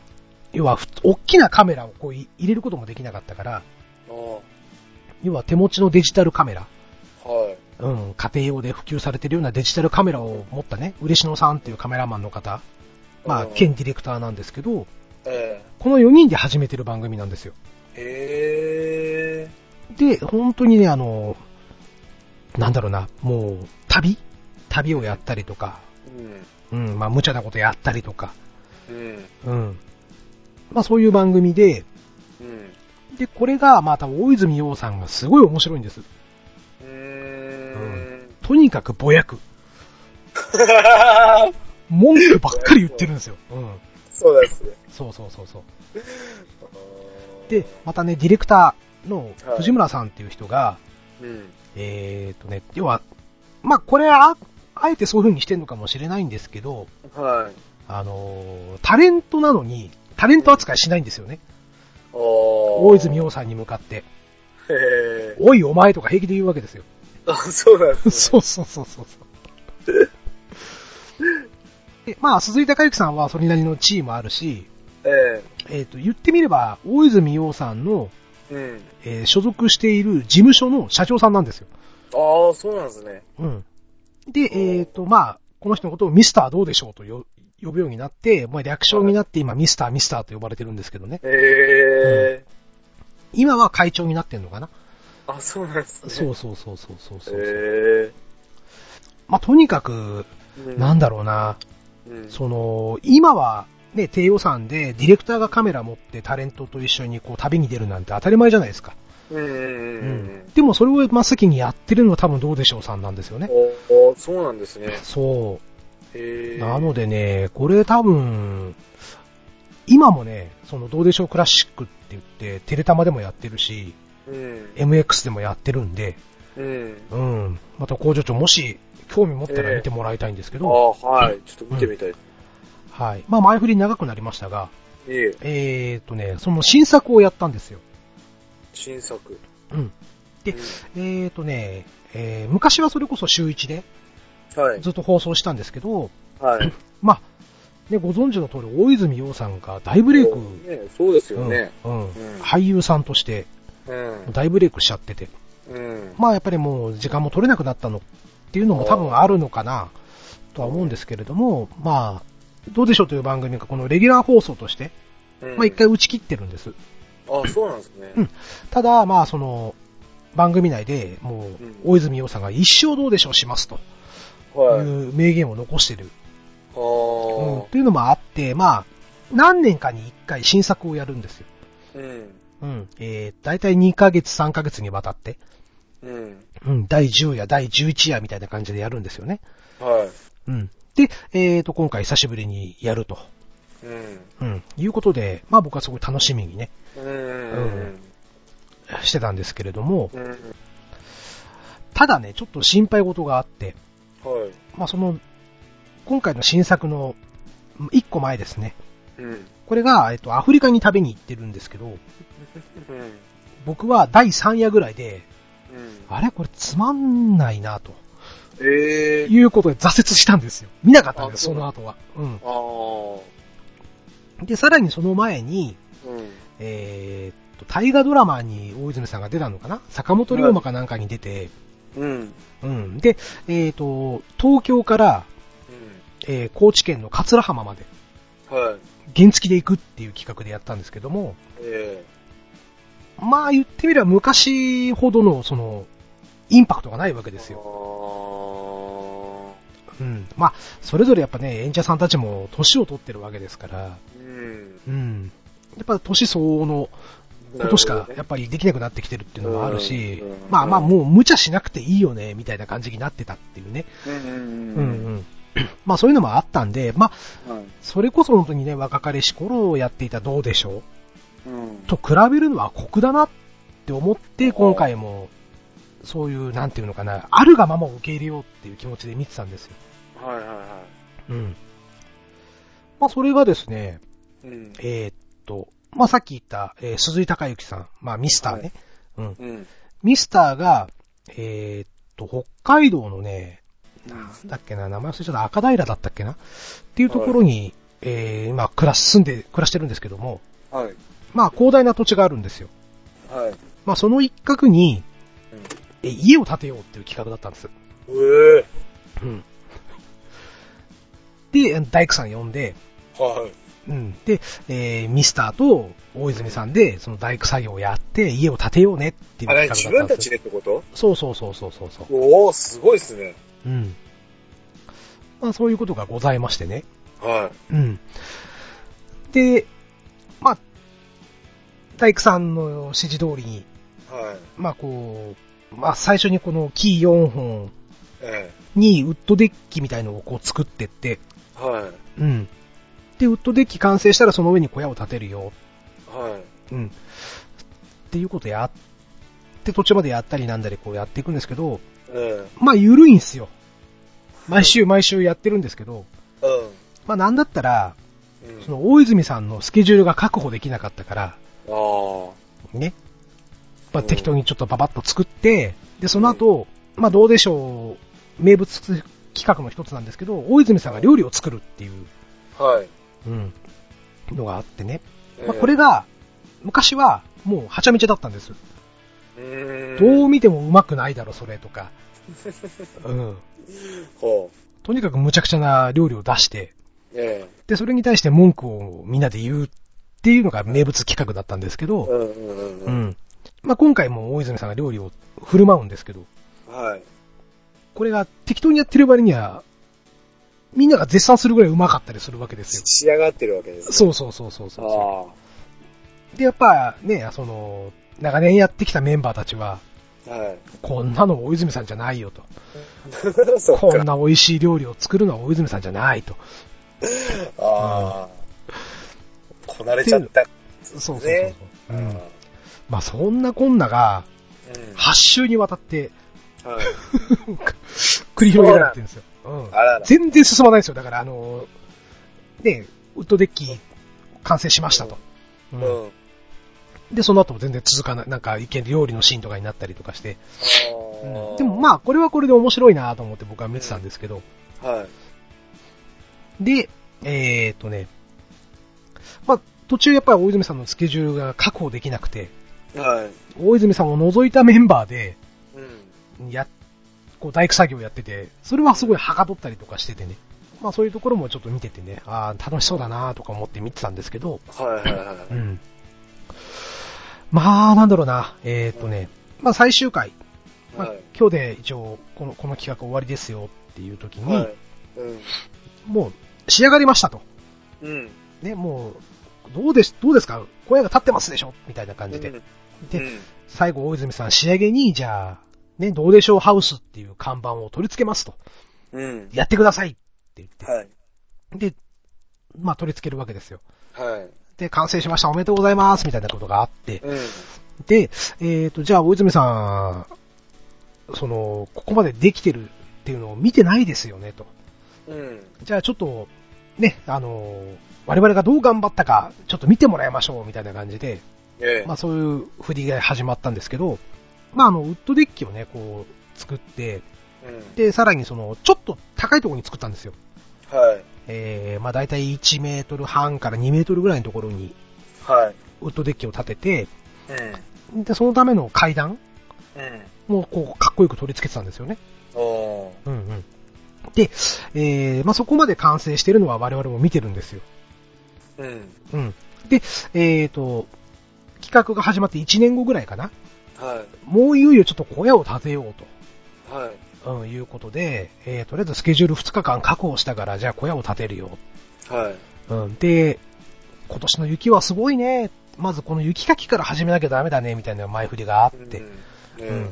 ー、要はふ、大きなカメラをこうい入れることもできなかったから、
あ
要は手持ちのデジタルカメラ、
はい。
うん、家庭用で普及されてるようなデジタルカメラを持ったね、嬉野さんっていうカメラマンの方、まあ、
うん
兼ディレクターなんですけど、
え
この4人で始めてる番組なんですよ。
え。へえ。
で、本当にね、あの、なんだろうな、もう、旅旅をやったりとか、
うん。
うん、まあ、無茶なことやったりとか、
うん。
うん。まあ、そういう番組で、
うん。
で、これが、また、大泉洋さんがすごい面白いんです。
うーん。
とにかくぼやく。文句ばっかり言ってるんですよ。うん。
そうですね。
そうそうそうそう。で、またね、ディレクターの藤村さんっていう人が、
うん。
えーとね、要は、まあ、これは、あえてそういう風にしてるのかもしれないんですけど、
はい。
あのータレントなのに、タレント扱いしないんですよね。
お
大泉
へ
洋さんに向かって、
え。
おいお前とか平気で言うわけですよ。
あ、そうなんです、ね。
そうそうそうそうそう。でまあ、鈴井孝之さんはそれなりの地位もあるし、
え
えっ、と、言ってみれば、大泉洋さんの、
え。うん。
えー所属している事務所の社長さんなんですよ。
ああ、そうなんですね。
うん。で、えっ、と、まあ、この人のことをミスターどうでしょうとよ呼ぶようになって、まあ、略称になって今ミスターミスターと呼ばれてるんですけどね。
へえ。
今は会長になってんのかな
あ、そうなんですね。
そうそうそうそうそうそう。
へえ。
まあ、とにかく、
うん
なんだろうな、
うん。
その、今は、ね、低予算で、ディレクターがカメラ持ってタレントと一緒にこう旅に出るなんて当たり前じゃないですか。
うんうん
う
うんうん。
でもそれを真っ先にやってるのは多分どうでしょうさんなんですよね。
おおそうなんですね。
そ
へ
う。
え。
なのでね、これ多分、今もね、そのどうでしょうクラシックって言って、テレタマでもやってるし、
うん。
MX でもやってるんで、
うん。
うん。また工場長もし興味持ったら見てもらいたいんですけ
あ
ど、
あ、はい。ちょっと見てみたい。
はい。まあ前振り長くなりましたが、
いえ、
えーっとね、その新作をやったんですよ。
新作。
うん。で
うん、
えーとね、えー昔はそれこそ週1で
はい。
ずっと放送したんですけど、
はい。
まあ、ね、ご存知の通り、大泉洋さんが大ブレイク、
ね、そうです
う
よ
ん
ね。
うん
ん
俳優さんとして
うん。
大ブレイクしちゃってて、
うん。
まあやっぱりもう時間も取れなくなったのっていうのも多分あるのかなとは思うんですけれども、まあ、どうでしょうという番組がこのレギュラー放送として、まあ一回打ち切ってるんです。
あ、そうなんですね。
うんただ、まあその、番組内でもう、大泉洋さんが一生どうでしょうしますと。
はい。あ
いう名言を残してる、うん
あー。
というのもあって、まあ、何年かに1回新作をやるんですよ。
うん。
うん。えー、だいたい2ヶ月、3ヶ月にわたって、
うん。
うん、第10夜、第11夜みたいな感じでやるんですよね。
は
うん。で、えーと、今回久しぶりにやると。
い。うん。
うん。いうことで、まあ僕はすごい楽しみにね、
うん。
してたんですけれども、
うん。
ただね、ちょっと心配事があって、
はい。
まあその、今回の新作の1個前ですね。
うん。
これが、えっと、アフリカに食べに行ってるんですけど、
うん。
僕は第3夜ぐらいで、
うん。
あれこれつまんないな、と
ええー。
いうことで挫折したんですよ。見なかったんです、
あそ
そうの
な
後は。うん。
ああ。
で、さらにその前に、
うん。
えーっと、大河ドラマに大泉さんが出たのかな坂本龍馬かなんかに出て、
うん。
うん。で、えーっと、東京から、えー高知県の桂浜まで、
うん。はい。
原付で行くっていう企画でやったんですけども、
え
まあ言ってみれば昔ほどの、その、インパクトがないわけ
え
ですよ。
よ。
うん。まあ、それぞれやっぱね、演者さんたちも年を取ってるわけですから、
ああ。うん。
うん。やっぱ年相応のことしかやっぱりできなくなってきてるっていうのもあるし、
うん
まあまあもう無茶しなくていいよね、みたいな感じになってたっていうね。
うんう
うんん
う。
うんん。 まあそういうのもあったんで、まあ、
はい。
それこそ本当にね、若かりし頃をやっていたどうでしょ
うん
う。と比べるのは酷だなって思って、今回も、そういう、なんていうのかな、あるがままを受け入れようっていう気持ちで見てたんですよ。
はいはいは
うん。まあ、それがですね、
い。うん。
えーっと、まあ、さっき言った、えー鈴井孝之さん、まあ、ミスターね。うん。
うん。
ミスターが、えーっと、北海道のね、なんだっけな、名前忘れちゃった、赤平だったっけなっていうところに、えー、今、暮らし、住んで、暮らしてるんですけども、
はい。
まあ、広大な土地があるんですよ。
はい。
まあ、その一角に、えー家を建てようっていう企画だったんです。
うん。え
うん。で、大工さん呼んで、
え。はい。
うん。で、えー、ミスターと大泉さんで、その大工作業をやって、家を建てようねっていう
あれ、
企
自
画だ
分
ったん
た
です
ち
よ。
でってこと
そうそうそうそうそうそう。
おおすごいっすね。
うん。まあそういうことがございましてね。
は
うん。で、まあ、大工さんの指示通りに、
い。はい。
まあこう、まあ最初にこの木4本
え
にウッドデッキみたいのをこう作ってって、
え。はい。
うん。で、ウッドデッキ完成したらその上に小屋を建てるよ
はい。
うん。っていうことやって、途中までやったりなんだりこうやっていくんですけど、
え
まあ緩いんすよ。毎週毎週やってるんですけど、
え。うん。
まあなんだったら、
うん
その大泉さんのスケジュールが確保できなかったから、
ああ。
ね。まあ、
うん
適当にちょっとババッと作って、で、その後、まあ、どうでしょう、名物企画の一つなんですけど、大泉さんが料理を作るっていう、
はい。
うん、のがあってね。まあ、
ええ
これ、が、昔は、もう、はちゃめちゃだったんです。
うーん
どう見てもうまくないだろ、それとか。 うん。
ほう。
とにかく無茶苦茶な料理を出して、
え
で、それに対して文句をみんなで言うっていうのが名物企画だったんですけ
え。
ど、
うんうんうん
う
うん。
ん。まあ、今回も大泉さんが料理を振る舞うんですけど、
はい。
これが適当にやってる割には、みんなが絶賛するぐらいうまかったりするわけですよ。
仕上がってるわけですね。
そうそうそうそうそうそ
あ
う。で、やっぱね、その、長年やってきたメンバーたちは、
あ。はい。
こんなの大泉さんじゃないよと。
そっ
こん
か。
な美味しい料理を作るのは大泉さんじゃないと。
ああ。こなれちゃった。
そうそうそう
ね
そう。うん
あ。
まあそんなこんなが、
あ
8週にわたって、
うん。はい。
繰り広げられてるんですよ。うん。
あらら。
全然進まないですよ。だから、あの、ね、ウッドデッキ完成しましたと。う
うんん。あ
で、その後も全然続かない、なんか一見料理のシーンとかになったりとかして。
あ
でもまあ、これはこれで面白いなと思って僕は見てたんですけど。
あ。はい。
で、えーっとね、まあ、途中やっぱり大泉さんのスケジュールが確保できなくて、
はい。
大泉さんを除いたメンバーで、
うん。
や、こう大工作業やってて、それはすごいはかどったりとかしててね。まあそういうところもちょっと見ててね、ああ、楽しそうだなとか思って見てたんですけど、
はいはいは
う
い。
ん。まあ、なんだろうな、えーっとね、まあ最終回、まあ
はい。
今日で一応この、この企画終わりですよっていう時に、
はい。うん。
もう仕上がりましたと。
うん。
ね、もう、どうです、どうですか小屋が立ってますでしょみたいな感じで。
うんう
で、
ん
最後、大泉さん仕上げに、じゃあ、ね、どうでしょうハウスっていう看板を取り付けますと。
うん。
やってくださいって言って。
はい。
で、まあ取り付けるわけですよ。
はい。
で、完成しました、おめでとうございますみたいなことがあって。
うん。
で、えっ、と、じゃあ大泉さん、その、ここまでできてるっていうのを見てないですよね、と。
うん。
じゃあちょっと、ね、あの、我々がどう頑張ったか、ちょっと見てもらいましょう、みたいな感じで、
ええ
まあそういう振りが始まったんですけど、まああの、ウッドデッキをね、こう、作って、
うん。
で、さらにその、ちょっと高いところに作ったんですよ。
はい。
えー、まあ大体1メートル半から2メートルぐらいのところに
はい。
ウッドデッキを立てて、
うん。
で、そのための階段
うん。
もこう、かっこよく取り付けてたんですよね。
おー。
うんうん。で、えー、まあそこまで完成してるのは我々も見てるんですよ。
うん。
うん。で、えーと、企画が始まって1年後ぐらいかな。
は
もういよいよちょっと小屋を建てようと。
い。はい。
うん、いうことで、えー、とりあえずスケジュール2日間確保したから、じゃあ小屋を建てるよ。
はい。
うん、で、今年の雪はすごいね。まずこの雪かきから始めなきゃダメだね、みたいな前振りがあって。
うん。
う
ね
ん。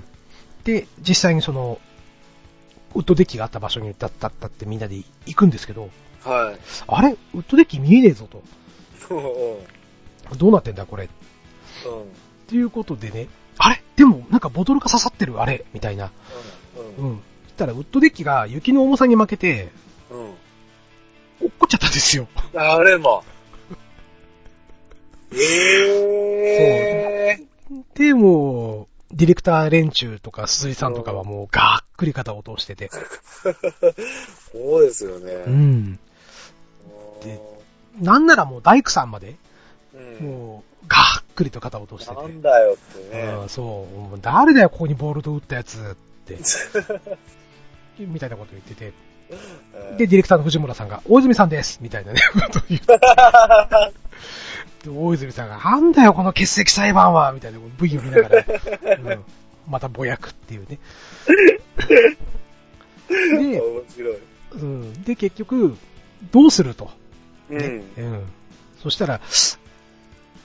で、実際にその、ウッドデッキがあった場所にだったったってみんなで行くんですけど、
はい。
あれウッドデッキ見えねえぞと。
おー
どうなってんだこれ。っ
うん。うん。
ていうことでね、あれでもなんかボトルが刺さってるあれみたいな。
う。
うんん。そしたらウッドデッキが雪の重さに負けて、
うん。うん。
落っこっちゃったんですよ。
あれも。ええ
で、もう、ディレクター連中とか鈴井さんとかはもうがっくり肩を落としてて。
ー。そうですよ
う
ね。
ん。
おー
でなんならもう大工さんまで、
うん。
もう、がっくりと肩を落としてて。
なんだよってね。
うん、そう。もう誰だよ、ここにボールと打ったやつっ て。みたいなこと言ってて。
うん
で、ディレクターの藤村さんが、大泉さんですみたいなね、 ことを言って。大泉さんが、なんだよ、この欠席裁判はみたいな、部位を見なが ら、うんまたぼやくっていうね。で、
面白い。
うん、で、結局、どうすると。
うん。
うん。そしたら、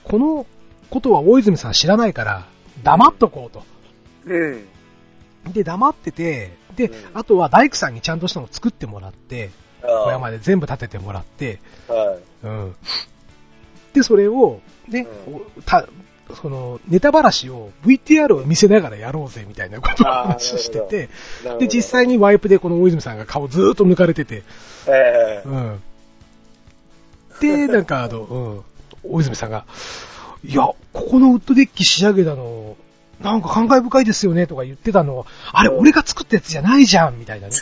このことは大泉さん知らないから、黙っとこうと。
うん。
で、黙ってて、で、
うん
あとは大工さんにちゃんとしたのを作ってもらって、小
あ
屋まで全部建ててもらって、
あ。はい。
うん。で、それを、ね、
うん
おた、その、ネタばらしを VTR を見せながらやろうぜ、みたいなことを
あー
話をしてて、
なるほど
で、実際にワイプでこの大泉さんが顔ずーっと抜かれてて、
ええ
うん。で、なんかあの、うん、大泉さんが、いや、ここのウッドデッキ仕上げたの、なんか感慨深いですよねとか言ってたの、あれ俺が作ったやつじゃないじゃんみ たいなね。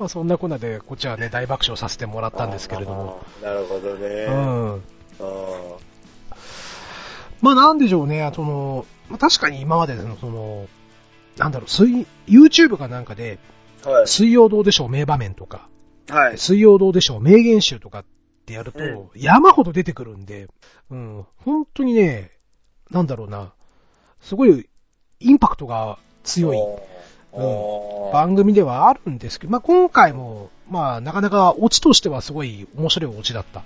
まあそんなこんなで、こっちはね、大爆笑させてもらったんですけれども。
あー。なるほどね。
う
あ
ん。
ー
まあなんでしょうね、その、まあ確かに今までの、その、なんだろう、水、YouTube かなんかで、
はい。
水曜どうでしょう名場面とか、
はい。
水曜どうでしょう名言集とかってやると
うん、
山ほど出てくるんで、うん、本当にね、なんだろうな、すごいインパクトが強い
あー。あー
番組ではあるんですけど、まあ今回も、まあなかなかオチとしてはすごい面白いオチだった。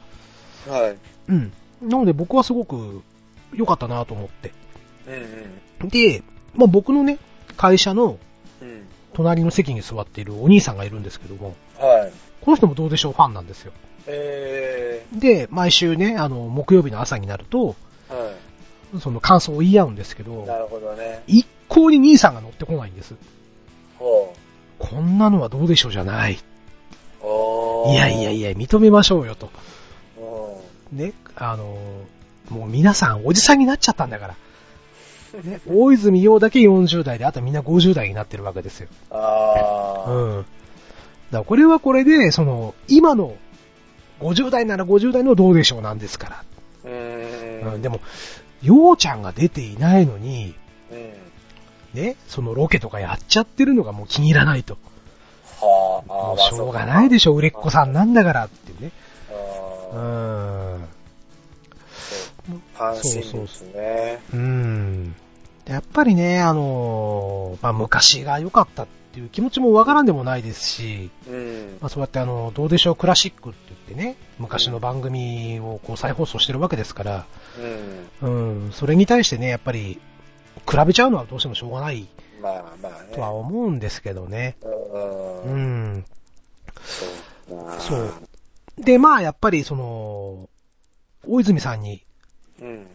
はい。
うん。なので僕はすごく良かったなと思って。
うんうん。
で、まあ僕のね、会社の
うん。
隣の席に座っているお兄さんがいるんですけども、
はい。
この人もどうでしょうファンなんですよ。
え
で、毎週ね、あの、木曜日の朝になると、
ー。は
その感想を言い合うんですけど
い。、なるほどね。
一向に兄さんが乗ってこないんです。
ほ
こんなのはどうでしょうじゃない。
う。おー
いやいやいや、認めましょうよと。
うん。
ね、あの、もう皆さんおじさんになっちゃったんだから。ね、大泉洋だけ40代で、あとみんな50代になってるわけですよ。
あ
う
ー。
ん。だからこれはこれで、その、今の、50代なら50代のどうでしょうなんですから。
うーん。
うん、でも、ようちゃんが出ていないのに、
うん。
ね、そのロケとかやっちゃってるのがもう気に入らないと。
はあ、あ
も
ー
う
まあ
しょうがないでしょ、売れっ子さんなんだからっていうね。
そう
う
かあ
ー
ー
ん。
関心度ですね。
うん。やっぱりね、あのーまあ、昔が良かったっていう気持ちもわからんでもないですし、
うん。
まあ、そうやってあの、どうでしょうクラシックって言ってね、昔の番組をこう再放送してるわけですから、
うん。
うん、それに対してね、やっぱり、比べちゃうのはどうしてもしょうがない
まあまあね。
とは思うんですけどね。う
うん。
ん。
そうか
そう。で、まあ、やっぱりその、大泉さんに、
うん。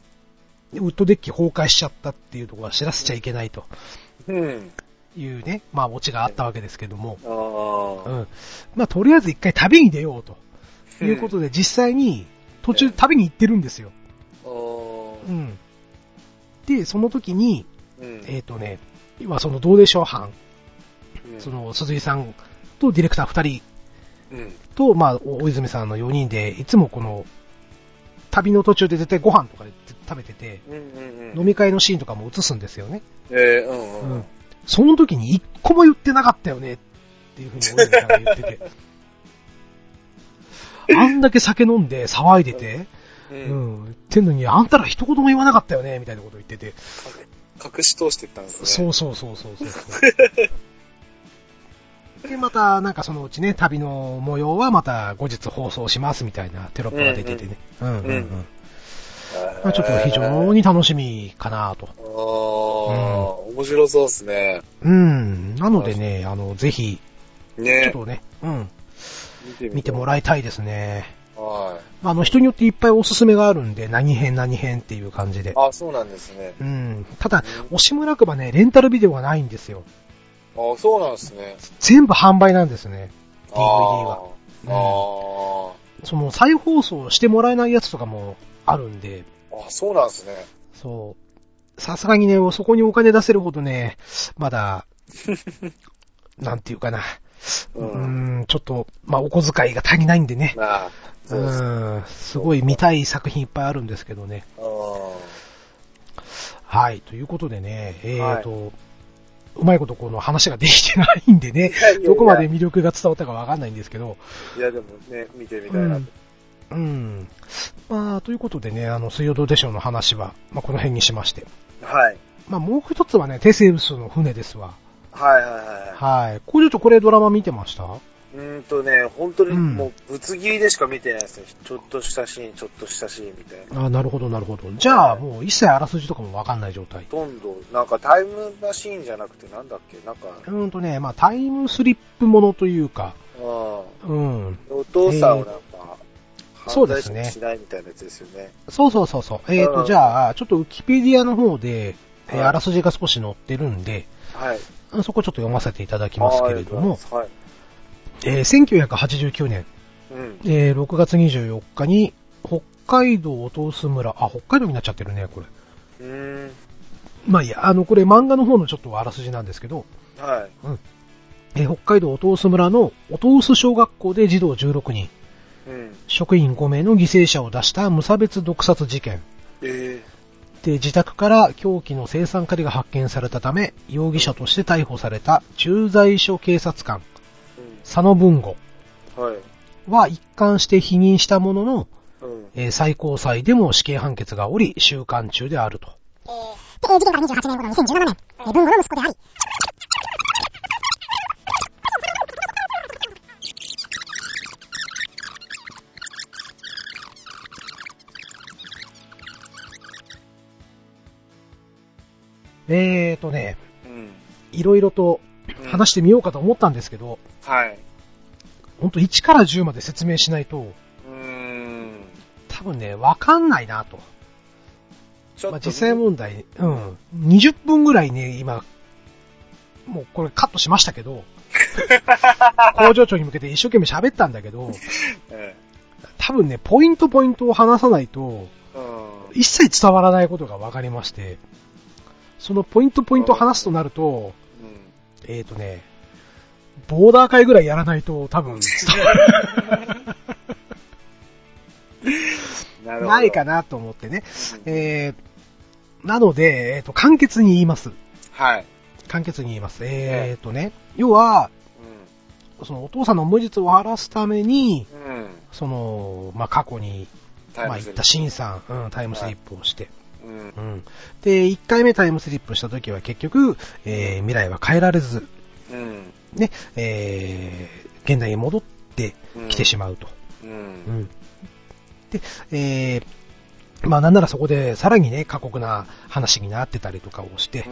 ウッドデッキ崩壊しちゃったっていうところは知らせちゃいけないと
うん。
いうね、まあ、オチがあったわけですけども、
あ
う
あ。
ん。まあ、とりあえず一回旅に出ようということで、実際に途中旅に行ってるんですよ。
う。
うんん。で、その時に、
うん
えっ、とね、今そのどうでしょう班、
うん
そ、の鈴井さんとディレクター二人
うん。
と、まあ、大泉さんの4人で、いつもこの、旅の途中で絶対ご飯とかで食べてて、
うんうんうん。
飲み会のシーンとかも映すんですよね。
えー、うんうん。
うんその時に一個も言ってなかったよねっていうふうに大泉さんが言って て。あんだけ酒飲んで騒いでて、
う。
うんん、言ってんのに、あんたら一言も言わなかったよね、みたいなこと言ってて。
隠し通してったんですね。。
そううそうそうそうそうそう。で、また、なんかそのうちね、旅の模様はまた後日放送しますみたいなテロップが出ててね。うんうんう
うんん。
まあちょっと非常に楽しみかなと。
ああ、面白そうですね。
うん。なのでね、あの、ぜひ、ちょっ
ね。
とね、うん、
見
見ても
ら
らいたいですね。
は
まああの、人によっていっぱいおすすめがあるんで、何編何編っていう感じで
い。。あそうなんですね。
うん。ただ、惜しむらくばね、レンタルビデオがないんですよ。
あそうなんですね。
全部販売なんですね。
DVD
は。
あー
その、再放送してもらえないやつとかもあるんで、
あー。あそうなんですね。
そう。さすがにね、そこにお金出せるほどね、ま だ、なんていうかな。う
うん
ーん、ちょっと、まあ、お小遣いが足りないんでね。
まあ、
う
そうですね。
ん、すごい見たい作品いっぱいあるんですけどね。
う
はい、ということでね、えーと、うまいことこの話ができてないんでね、
ん
どこまで魅力が伝わったかわかんないんですけど、
いや、でもね、見てみ
う
たいな。
ん。うん。まあ、ということでね、あの、水曜どうでしょうの話は、まあ、この辺にしまして。
はい。
まあ、もう一つはね、テセウスの船ですわ。
はいはいは
はい。これちょっとこれドラマ見てました
い。うーんとね、本当に
うん
もう、ぶつ切りでしか見てないですね。ちょっとしたシーン、ちょっとしたシーンみたいな。
あなるほど、なるほど。じゃあ、もう一切あらすじとかもわかんない状態。
ほとんど、なんかタイムマシーンじゃなくて、なんだっけ、なんか、
うーんとね、まあ、タイムスリップものというか、
うん。お
うん。
父さんをなんか、
そう
犯
で
罪
すね
しないみたいなやつですよね。
そうそうそうそう。えっ、
う
と、
ん
じゃあ、ちょっとウィキペディアの方で、えー
はい
あらすじが少し載ってるんで、
はい。
そこちょっと読ませていただきますけれども、
はい。
えー1989年、
うん。
えー6月24日に、北海道音薄村、あ、北海道になっちゃってるね、これ。
うーん。
まあいいや、あの、これ漫画の方のちょっとあらすじなんですけど、
はい。
えー北海道音薄村の音薄小学校で児童16人、
うん。
職員5名の犠牲者を出した無差別毒殺事件。
え
で、自宅から凶器の生産カリが発見されたため、容疑者として逮捕された駐在所警察官、
え
佐野文吾
うん。はい。
は一貫して否認したものの、
うん。
えー最高裁でも死刑判決がおり、収監中であると。
えー、で、えー事件から28年後の2017年、えー、文吾の息子であり、
えーとね、
うん。
いろいろと話してみようかと思ったんですけど、
はい。
ほんと1から10まで説明しないと、
うーん。
多分ね、わかんないなと。
ちょっと、
まあ、実際問題、うん。20分ぐらいね、今、もうこれカットしましたけ ど、工場長に向けて一生懸命喋ったんだけど、
え
多分ね、ポイントポイントを話さないと、
えうん。
一切伝わらないことが分かりまして、そのポイントポイントを話すとなると、えっ、ー、とね、ボーダー会ぐらいやらないと多分伝わ
うん。な
ら
るほど。
ないか
な。
なと思ってね。えー、なので、えっ、と、簡潔に言います。
はい。
簡潔に言います。
え
えっ、ー、とね、要は、そのお父さんの無実を晴らすために、
うん。うん。
その、まあ、過去に、
タイ
まあ、
ム
行っ
スリップ
たシンさん、うん、タイムスリップをして、
うん
う。ん。で、1回目タイムスリップした時は結局、えー、未来は変えられず、
うん。
ね、えー、現代に戻ってきてしまうと。
まうん。
う
うん
ん。で、えー、まあなんならそこでさらにね、過酷な話になってたりとかをして、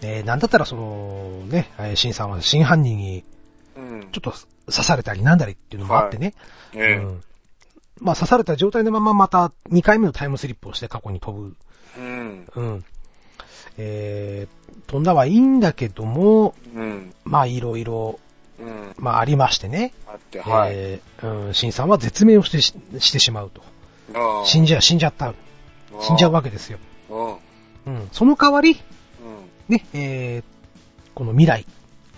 えー、なんだったらその、ね、えーシンさんは真犯人に
うん。うん。
ちょっと刺されたりなんだりっていうのもあってね、
ええ
うん。まあ刺された状態のまままた2回目のタイムスリップをして過去に飛ぶ。
うん。
うん。えー、飛んだはいいんだけども、
うん。
まあいろいろ、
うん。
まあありましてね。
あって、はい。
えー、うん、シンさんは絶命をしてししてしまうと。
ああ
死んじゃ、死んじゃった。死んじゃうわけですよ。
うん。うん。
うん。その代わり、ね、えー、この未来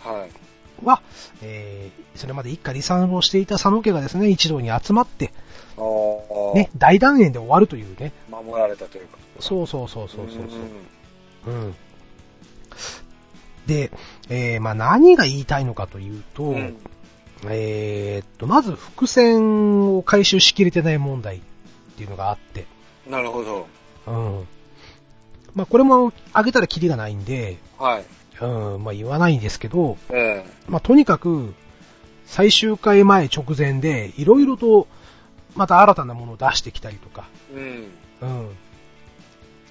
はい。
は、えー、それまで一家離散をしていた佐野家がですね、一堂に集まって、
ああ。
ね。、大団円で終わるというね。
守られたというか。
そうそうそうそうそうそう。
ん
うん。で、えー、まあ何が言いたいのかというと、
うん。
えー、っと、まず伏線を回収しきれてない問題っていうのがあって、
なるほど。
うん。まあこれもあげたらキリがないんで、
はい。
うん、まあ言わないんですけど、
え
まあとにかく、最終回前直前で、いろいろと、また新たなものを出してきたりとか、
え。うん。
うん。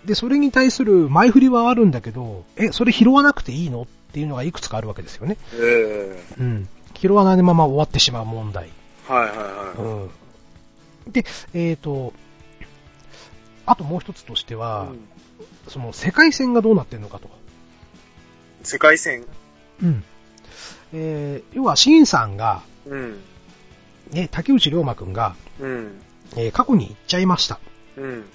で、それに対する前振りはあるんだけど、え、それ拾わなくていいのっていうのがいくつかあるわけですよね。
ええ。
うん。拾わないまま終わってしまう問題。
はいはいは
うん。で、えっ、と、あともう一つとして
い。
は、
うん
その世界線がどうなってるのかと。
世界線。
うん。えー、要は、シンさんが、
うん。
ね、竹内涼真くんが、
うん。
えー過去に行っちゃいました。
うん。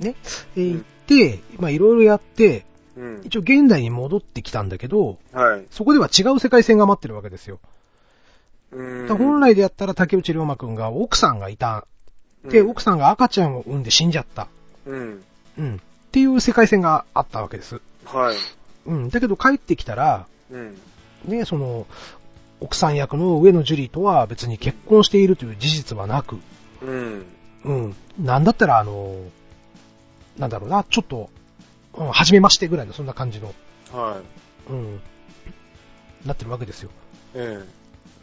ね。えー行って、まあいろいろやって、
うん。
一応現代に戻ってきたんだけど、
はい。
そこでは違う世界線が待ってるわけですよ。
う
だ
ん
から本来でやったら竹内涼真くんが奥さんがいた。で、奥さんが赤ちゃんを産んで死んじゃった。
うん。うん。
うん。っていう世界線があったわけです。
はい。
うん。だけど帰ってきたら、
うん。
ね、その、奥さん役の上野樹里とは別に結婚しているという事実はなく、
うん。
うん。なんだったら、あの、なんだろうな、ちょっと、うん、初めましてぐらいのそんな感じの、
はい。
うん、なってるわけですよ。
え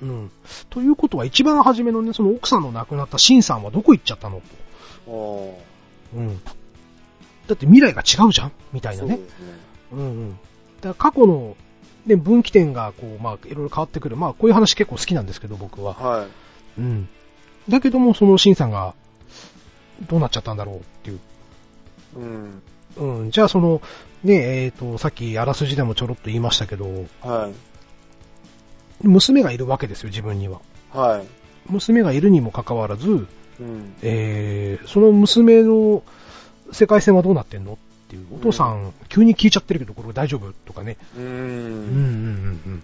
うん。ということは、一番初めのね、その奥さんの亡くなったシンさんはどこ行っちゃったのと。
え。おー。
うん。だって未来が違うじゃんみたいな
そう
ね。
ですね。
うんうん。だから過去の、ね、分岐点が、こう、まあ、いろいろ変わってくる。まあ、こういう話結構好きなんですけど、僕は。
はい。
うん。だけども、そのシンさんが、どうなっちゃったんだろうっていう。
うん。
うん。じゃあ、その、ね、えっ、と、さっき、あらすじでもちょろっと言いましたけど、
はい。
娘がいるわけですよ、自分には。
はい。
娘がいるにもかかわらず、
うん。
えー、その娘の世界線はどうなってんのっていう、お父さん、急に聞いちゃってるけど、これ大丈夫とかね。
う
うん
ん。
うんうん。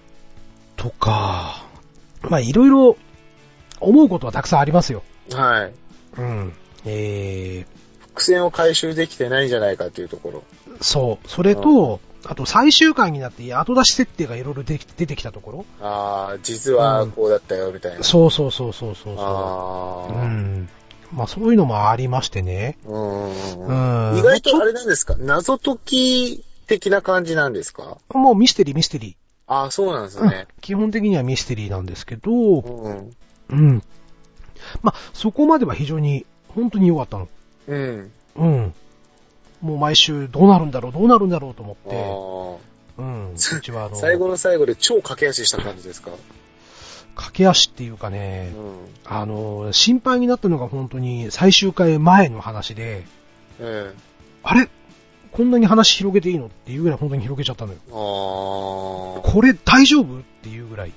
とか、まあいろいろ思うことはたくさんありますよ。
はい。
うん。え
伏線を回収できてないんじゃないかっていうところ。
ー、そう。それと、あと最終回になって後出し設定がいろいろ出てき出てきたとこ
ああ、実はこうだったよ、みたいな。
ろそうそうそうそうそうそ
あ
う。う
あ。
ん。まあそういうのもありましてね。
うん
うん。
意外とあれなんですか謎解き的な感じなんですか
もうミステリーミステリ
ああ、そうなんで
ー、
すね。
うん基本的にはミステリーなんですけど
う、ん。
うん。まあそこまでは非常に本当に良かったの。
うん。
うん。もう毎週どうなるんだろう、どうなるんだろうと思っ
あ
て、う
ー
ん。うちはあの、
最後の最後で超駆け足した感じですか
駆け足っていうか
う
ね、
ん。
あの、心配になったのが本当に最終回前の話で、
ええ。
あれこんなに話広げていいのっていうぐらい本当に広げちゃったのよ。
ああ。
これ大丈夫っていうぐらい。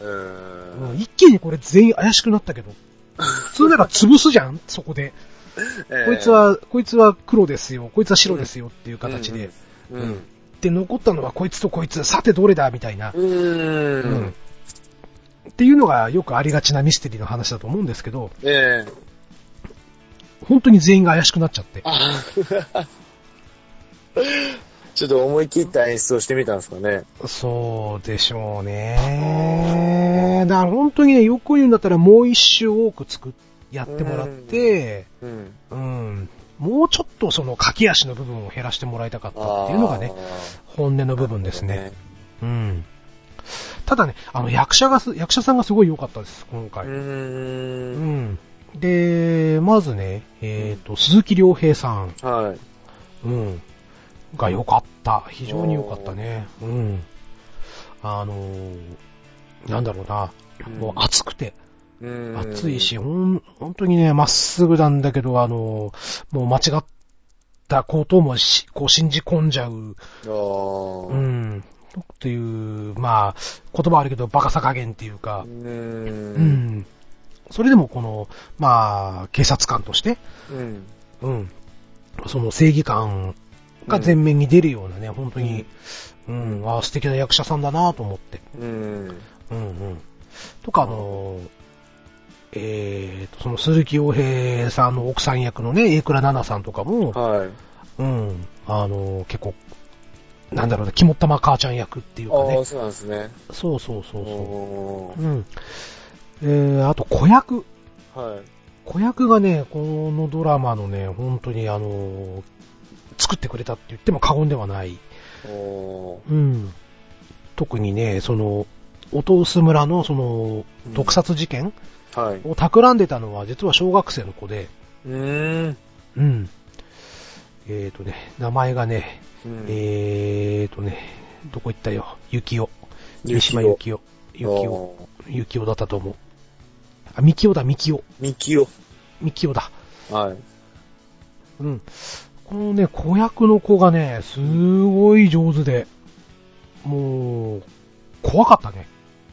う。
うんん一気にこれ全員怪しくなったけど。普通なら潰すじゃんそこで。こいつは、こいつは黒ですよ。こいつは白ですよっていう形で。
ええ、う
うんん。で、残ったのはこいつとこいつ。さてどれだみたいな。
うー
うん
ん。
っていうのがよくありがちなミステリーの話だと思うんですけど、
ええ。
本当に全員が怪しくなっちゃって。
あ ちょっと思い切った演出をしてみたんですかね。
そうでしょうね。だから本当にね、よく言うんだったらもう一周多く作っ、やってもらって、
うん。
うん。もうちょっとその駆け足の部分を減らしてもらいたかったっていうのがね、
あ
本音の
ー
部分ですね。。うん。ただね、あの役者がす、役者さんがすごい良かったです、今
う
回。う
ーん。
ん。で、まずね、えっ、と、鈴木亮平さん。
はい。
うん。が良かった。非常に良かったね。うん。あのーなんだろうな。もう熱くて、
うん
熱いし、。ほん、本当にね、まっすぐなんだけど、あのーもう間違ったこともし、こう信じ込んじゃう。
あー
う。ん。っていう、まあ、言葉あるけど、バカさ加減っていうか
う、。
うんん。それでもこの、まあ、警察官として、
うん。
うん。その正義感が前面に出るようなね、本当に、うん、ああ、素敵な役者さんだなと思って。
うん。
うんうん。とか、あのー、えーと、その鈴木洋平さんの奥さん役のね、栄倉奈々さんとかも、
はい。
うん、あのー、結構、なんだろうな、肝っ玉母ちゃん役っていうか
あ
ね
あ、。そうなんですね。
そうそうそうそ
お
う。うん。えー、あと子役。
ーはい。
子役がね、このドラマのね、本当にあのー作ってくれたって言っても過言ではない。
おー
うん。特にね、その、音薄村のその
うん、
毒殺事件
はい。
を企んでたのは実は小学生の子で、
うーん。
うん。えーとね、名前がね、えーとね、どこ行ったよ、雪男。
ゆ
三
き
島
お
雪き雪男。雪男だったと思う。あ、みきおだ、みきお。
みきお。
みきおだ。
はい。
うん。このね、子役の子がね、すごい上手で、もう、怖かったね。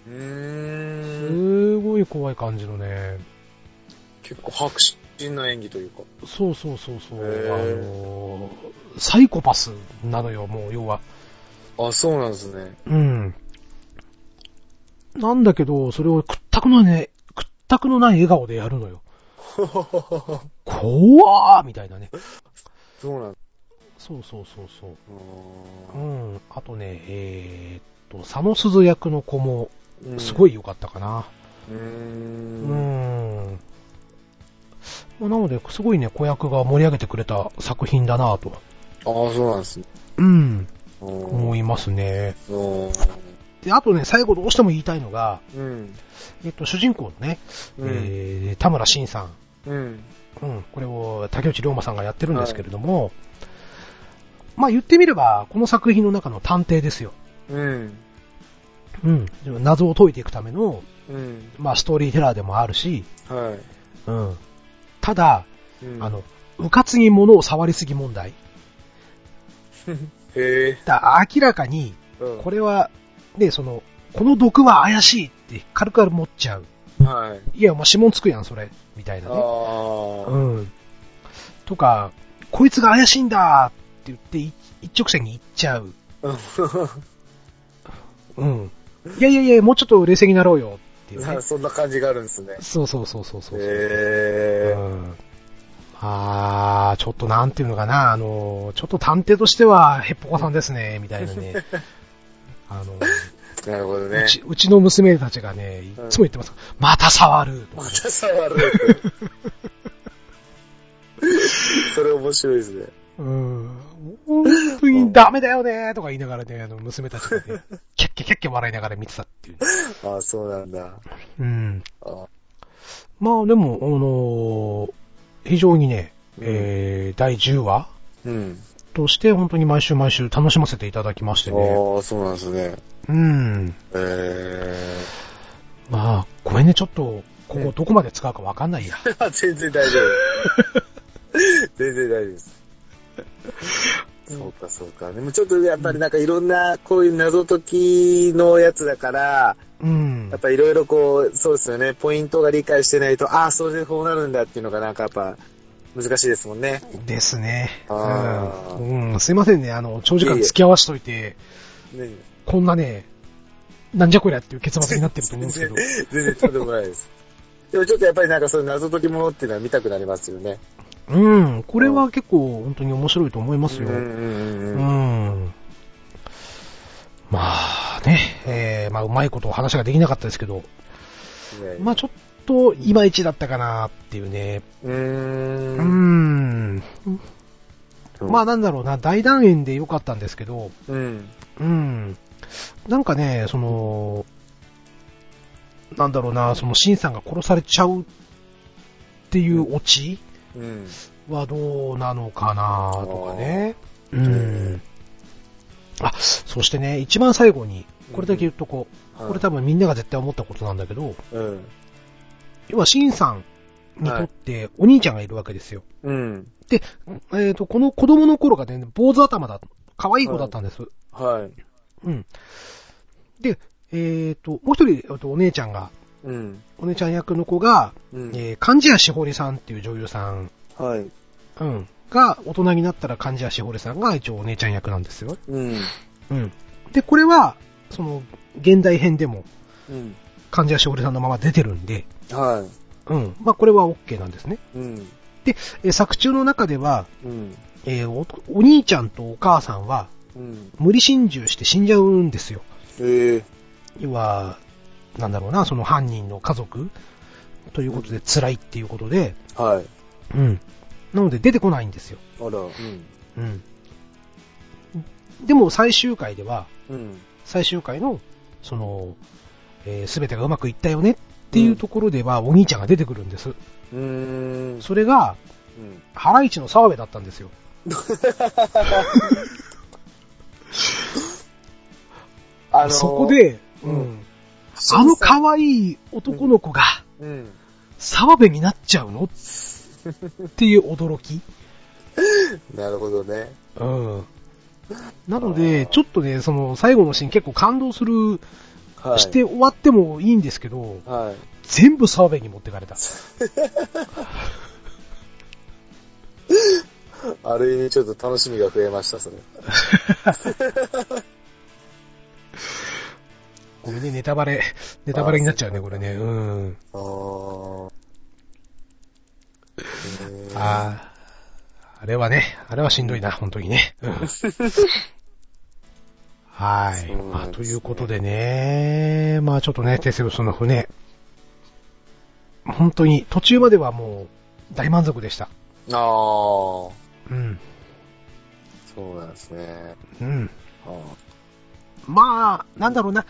うーん。
すごい怖い感じのね。
結構白真な演技というか。
そうそうそうそう。
へ
あ
ー
のー、サイコパスなのよ、もう、要は。
あ、そうなんで すね。
うん。なんだけど、それを屈託のね、屈託のない笑顔でやるのよ。
そ
怖ーみたいなね。
うなん
そうそうそうそう。う
あ
ん。あとね、えー、っと、佐野鈴役の子も、
ー
すごい良かったかな。
う
う
ー。
んん。なので、すごいね、子役が盛り上げてくれた作品だなぁと、
ああ、そうなんですね。
うん、
も
思いますね。
うん。
で、あとね、最後どうしても言いたいのが、
うん。
えっと、主人公のね、
うん。
えー、田村慎さん。
うん。
うん、これを竹内涼真さんがやってるんですけれども、まあ言ってみれば、この作品の中の探偵ですよ。
うん。
うん。謎を解いていくための、
うん。
まあストーリーテラーでもあるし、
はい。
うん。ただ、
うん
あ、の、うかつに物を触りすぎ問題。
へえ。
だ明らかに、
うん
これは、ね、その、この毒は怪しいって軽々持っちゃう。
はい。
いや、まあ、指紋つくやん、それ。みたいな
あ
ね。
あ、。
うん。とか、こいつが怪しいんだって言って、い一直線に行っちゃう。うん。いやいやいや、もうちょっと冷静になろうよっていうね
そんな感じがあるんですね。
そうそうそうそうそう。
へー
うん。あー、ちょっとなんていうのかな、あの、ちょっと探偵としては、へっぽこさんですね、みたいな ね。あの、
なるほど
う
ね。
ち、うちの娘たちがね、いつも言ってます。また触ると
ま
かね
た触る。 それ面白いですね。
うん。本当にダメだよねとか言いながらね、あの、娘たちが ね、キャッキャキャッキャ笑いながら見てたっていうね。
ああ、そうなんだ。
うん。
あ
まあでも、あのー非常にね、
うん
えー、第10話
うん。
として本当に毎週毎週楽しませていただきましてね。
ああ、そうなんですね。
うん。
え
まあ、ごめんね、ちょっと、ここどこまで使うかわかんないや。
え 全然大丈夫。 全然大丈夫です。そうか、そうか。でもちょっとやっぱりなんかいろんな、こういう謎解きのやつだから、
うん
やっ。ぱいろいろこう、そうですよね、ポイントが理解してないと、ああ、それでこうなるんだっていうのがなんかやっぱ、難しいですもんね。
ですね。
あー
うん。うんすいませんね、あの、長時間付き合わしといて、
ね
こんなね、なんじゃこりゃっていう結末になってると思うん ですけど。
全然とんでもないです。でもちょっとやっぱりなんかそういう謎解き物っていうのは見たくなりますよね。
うん、これは結構本当に面白いと思いますよ。うん。
ん
まあね、えー、まあうまいこと話ができなかったですけど、
ね
まあちょっといまいちだったかなっていうね。
うー。
うんん。まあなんだろうな、大団円で良かったんですけど、
うん。
うん。なんかね、その、なんだろうな、その、シンさんが殺されちゃうっていうオチ
うん。
はどうなのかなとかね。うん。あ、そしてね、一番最後に、これだけ言っとこう。これ多分みんなが絶対思ったことなんだけど、
うん。
要はシンさんにとってお兄ちゃんがいるわけですよ。
うん。
えっ、と、この子供の頃がね、坊主頭だ、可愛い子だったんです。
はい。
うん。で、えっ、と、もう一人、えっとお姉ちゃんが、
うん。
お姉ちゃん役の子が、
うん。
えー、貫地谷しほりさんっていう女優さん、
はい。
うん、が、大人になったら貫地谷しほりさんが一応お姉ちゃん役なんですよ。
うん。
うん。で、これは、その、現代編でも、
うん。
貫地谷しほりさんのまま出てるんで、
は
うん。まあ、これは OK なんですね。
い。うん。
えー作中の中では、
うん。
えーお、お兄ちゃんとお母さんは、
うん。
無理心中して死んじゃうんですよ。
ええ。
要は、なんだろうな、その犯人の家族ということで辛いっていうことで、
はい。
うん。なので出てこないんですよ。
あら。うん。
うん。でも最終回では、
うん。
最終回の、その、えー、全てがうまくいったよねっていうところでは、お兄ちゃんが出てくるんです。
うーん。
それが、
うん。
ハライチの澤部だったんですよ。
あのー
そこ、で、う
うん
ん。あの可愛い男の子が、
うん。
澤部になっちゃうのっていう驚 き。
なるほどね。
うん。なので、ちょっとね、その、最後のシーン結構感動する、
はい。
して終わってもいいんですけど、
はい。
全部澤部に持ってかれた。
ある意味ちょっと楽しみが増えました、それ。
ごめんね、ネタバレ、ネタバレになっちゃうね、これね。うん。
あー。えー
ああ。あれはね、あれはしんどいな、本当にね。うんはい、
そうなんですね
まあ。ということでね、まあちょっとね、テセウスの船、本当に途中まではもう大満足でした。
あー。そ
うん。
うなんですね。
うん。
あー
まあ、なんだろうな、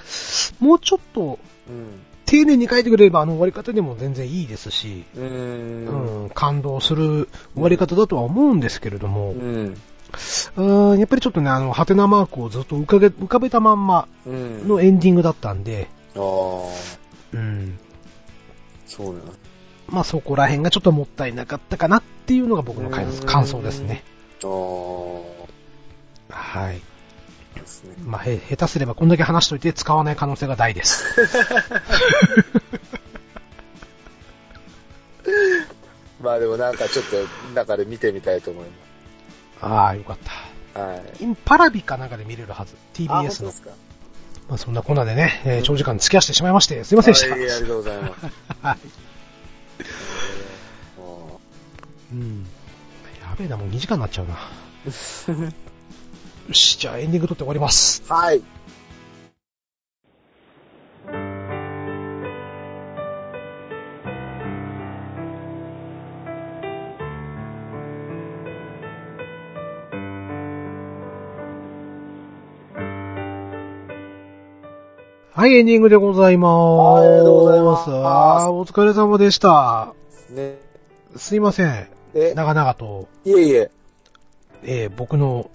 もうちょっと
うん。
丁寧に書いてくれればあの終わり方でも全然いいですし、
うーん。
うん、感動する終わり方だとは思うんですけれども、
うん。
うん、やっぱりちょっとね、あの、ハテナマークをずっと浮かべ浮かべたまんま
うん。
の
あ
エンディングだったんで、
ー。
うん、
そうなん
まあそこら辺がちょっともったいなかったかなっていうのが僕の感
うん
感想ですね。
あー。
はい。
ですね。
まあ、へ、 下手すればこんだけ話しといて使わない可能性が大です。
まあでもなんかちょっと中で見てみたいと思いま
ああ、よかった。
す。はい。
今パラビかなんかで見れるはず。
あ
TBS
本当
の
で。すか
まあそんなこんなでね、えー長時間付き合わせてしまいまして、すいませんでした。
はいありがとうございます。
はい。
えーも
うん。やべえな、もう2時間になっちゃうな。 よし、じゃあエンディング撮って終わります。
うはい。
はい、エンディングでございまー
は
す。
いありがとうございます
あーお疲れ様でした。
ね。
すいません。
え、
長々と、
いえいえ。
えー僕の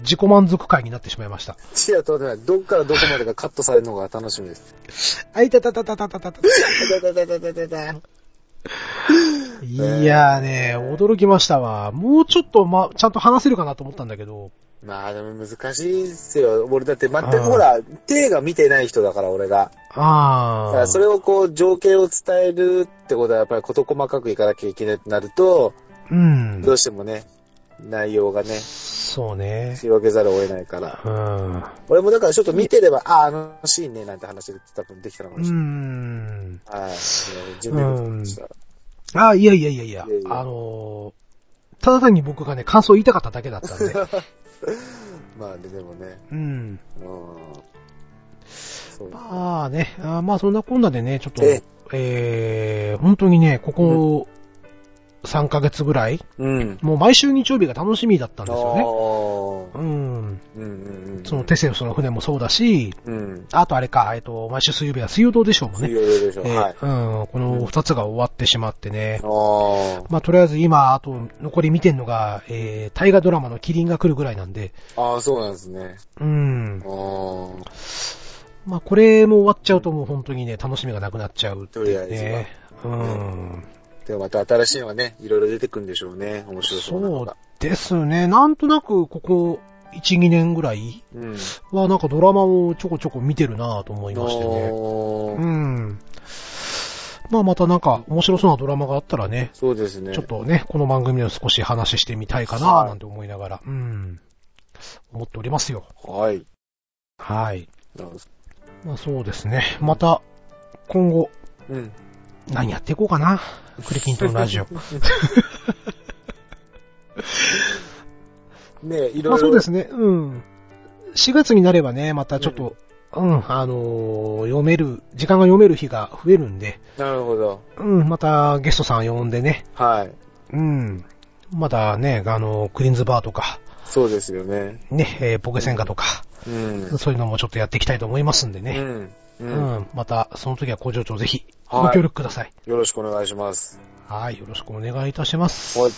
自己満足会になってしまいました。
チアとでない。どっからどこまでがカットされるのが楽し みです。
あいたたたたたたたた。いやーね、驚きましたわ。もうちょっと、ま、ちゃんと話せるかなと思ったんだけど、
まあでも難しいっすよ。俺だって全く
あー
ほら、手が見てない人だから俺が。だか
あ
ら
あ。
それをこう、情景を伝えるってことはやっぱり事細かくいかなきゃいけないってなると、
うん
ど。うしてもね、内容がね、
そうね。
仕分けざるを得ないから。
うん。
俺もだからちょっと見てれば、ああ、あのシーンね、なんて話で多分できたのか
う
もしれない。
ん。
はい。準備不足でした。
ああ、いやいやいやいや
いやい。や
あのー、ただ単に僕がね、感想言いたかっただけだったん で。
まあね、でもね、
うん。
うん。そう
まあね、あーまあそんなこんなでね、ちょっと
ええ、
えー、本当にね、ここ3ヶ月ぐらい、
うん。
もう毎週日曜日が楽しみだったんですよね。うん。
ああ。うんうんうん。
そのテセウスの船もそうだし、
うん。
あとあれか、えっと、毎週水曜日は水曜どうでしょうも
水
ね。
曜どうでしょう。
えー
はい。
うん、この2つが終わってしまってね。
あ
まあ、とりあえず今、あと残り見てんのが、えー、大河ドラマのキリンが来るぐらいなんで、
あ。ああ、そうなんですね。
うん
あ。あ。
まあ、これも終わっちゃうともう本当にね、楽しみがなくなっちゃうっていう
とりあえずは
ね。うん。
でもまた新しいのがね、いろいろ出てくるんでしょうね。面白そうなの
そう
が。
ですね。なんとなく、ここ、1、2年ぐらい
うん。
は、なんかドラマをちょこちょこ見てるなぁと思いましてね。
お
う
ー
ん。まあ、またなんか、面白そうなドラマがあったらね、
そうですね。
ちょっとね、この番組でも少し話してみたいかなぁなんて思いながら、うん。思っておりますよ。
はい。
はい。
なるほど
まあそうですね。また、今後、
うん。
何やっていこうかな。クリキントンラジオ。
ねいろいろ。
まあそうですね。うん。4月になればね、またちょっと、うん、あのー読める、時間が読める日が増えるんで、
なるほど。
うん、またゲストさん呼んでね、
はい。
うん。またね、あのークリーンズバーとか、
そうですよね。
ね、えーポケセンガとか、
うん。
そういうのもちょっとやっていきたいと思いますんで
う
ね。
ん。う。
うんん。また、その時は工場長ぜひ、
はい
ご協力ください。
よろしくお願いします。
はい、よろしくお願いいたします。
はい。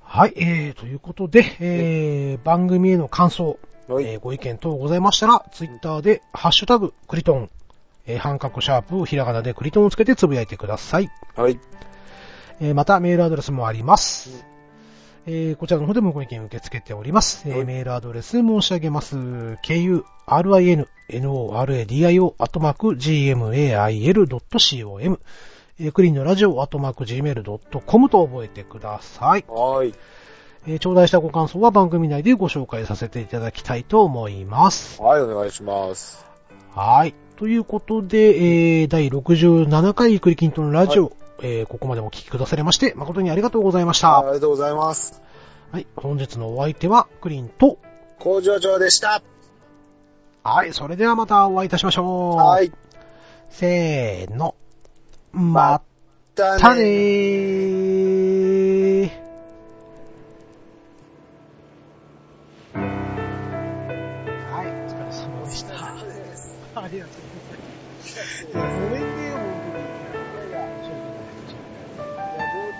はい、えー、ということで、えー、番組への感想、
はい。
えー、ご意見等ございましたら、ツイッターで、ハッシュタグ、クリトン、えー、半角シャープ、ひらがなでクリトンをつけてつぶやいてください。
はい。
えー、また、メールアドレスもあります。えー、こちらの方でもご意見受け付けております。え
は
ー、
い
メールアドレス申し上げます。ku, rin, noradio, アットマーク、gmail.com、えー、クリーンのラジオ、アットマーク、gmail.com と覚えてください。
はい。
えー頂戴したご感想は番組内でご紹介させていただきたいと思います。
はい、お願いします。
はい。ということで、えー第67回クリキントンラジオ、えーここまでお聞きくださりまして、誠にありがとうございまし
あ
た。
りがとうございます。
はい。本日のお相手はクリンと、
工場長でした。
はい。それではまたお会いいたしましょう。
は。い。
せーの。ま
だ
たねー。はい。お疲れ様でした。ありがとうございます。ごめんね、
もう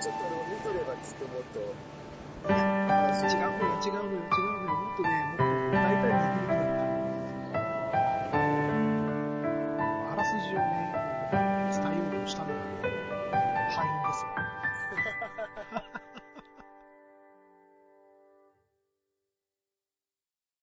ちょっと俺も見とればきっともっと。
違うのよ、違うのよ、違うのよ。もっとね、もっと大体似てる。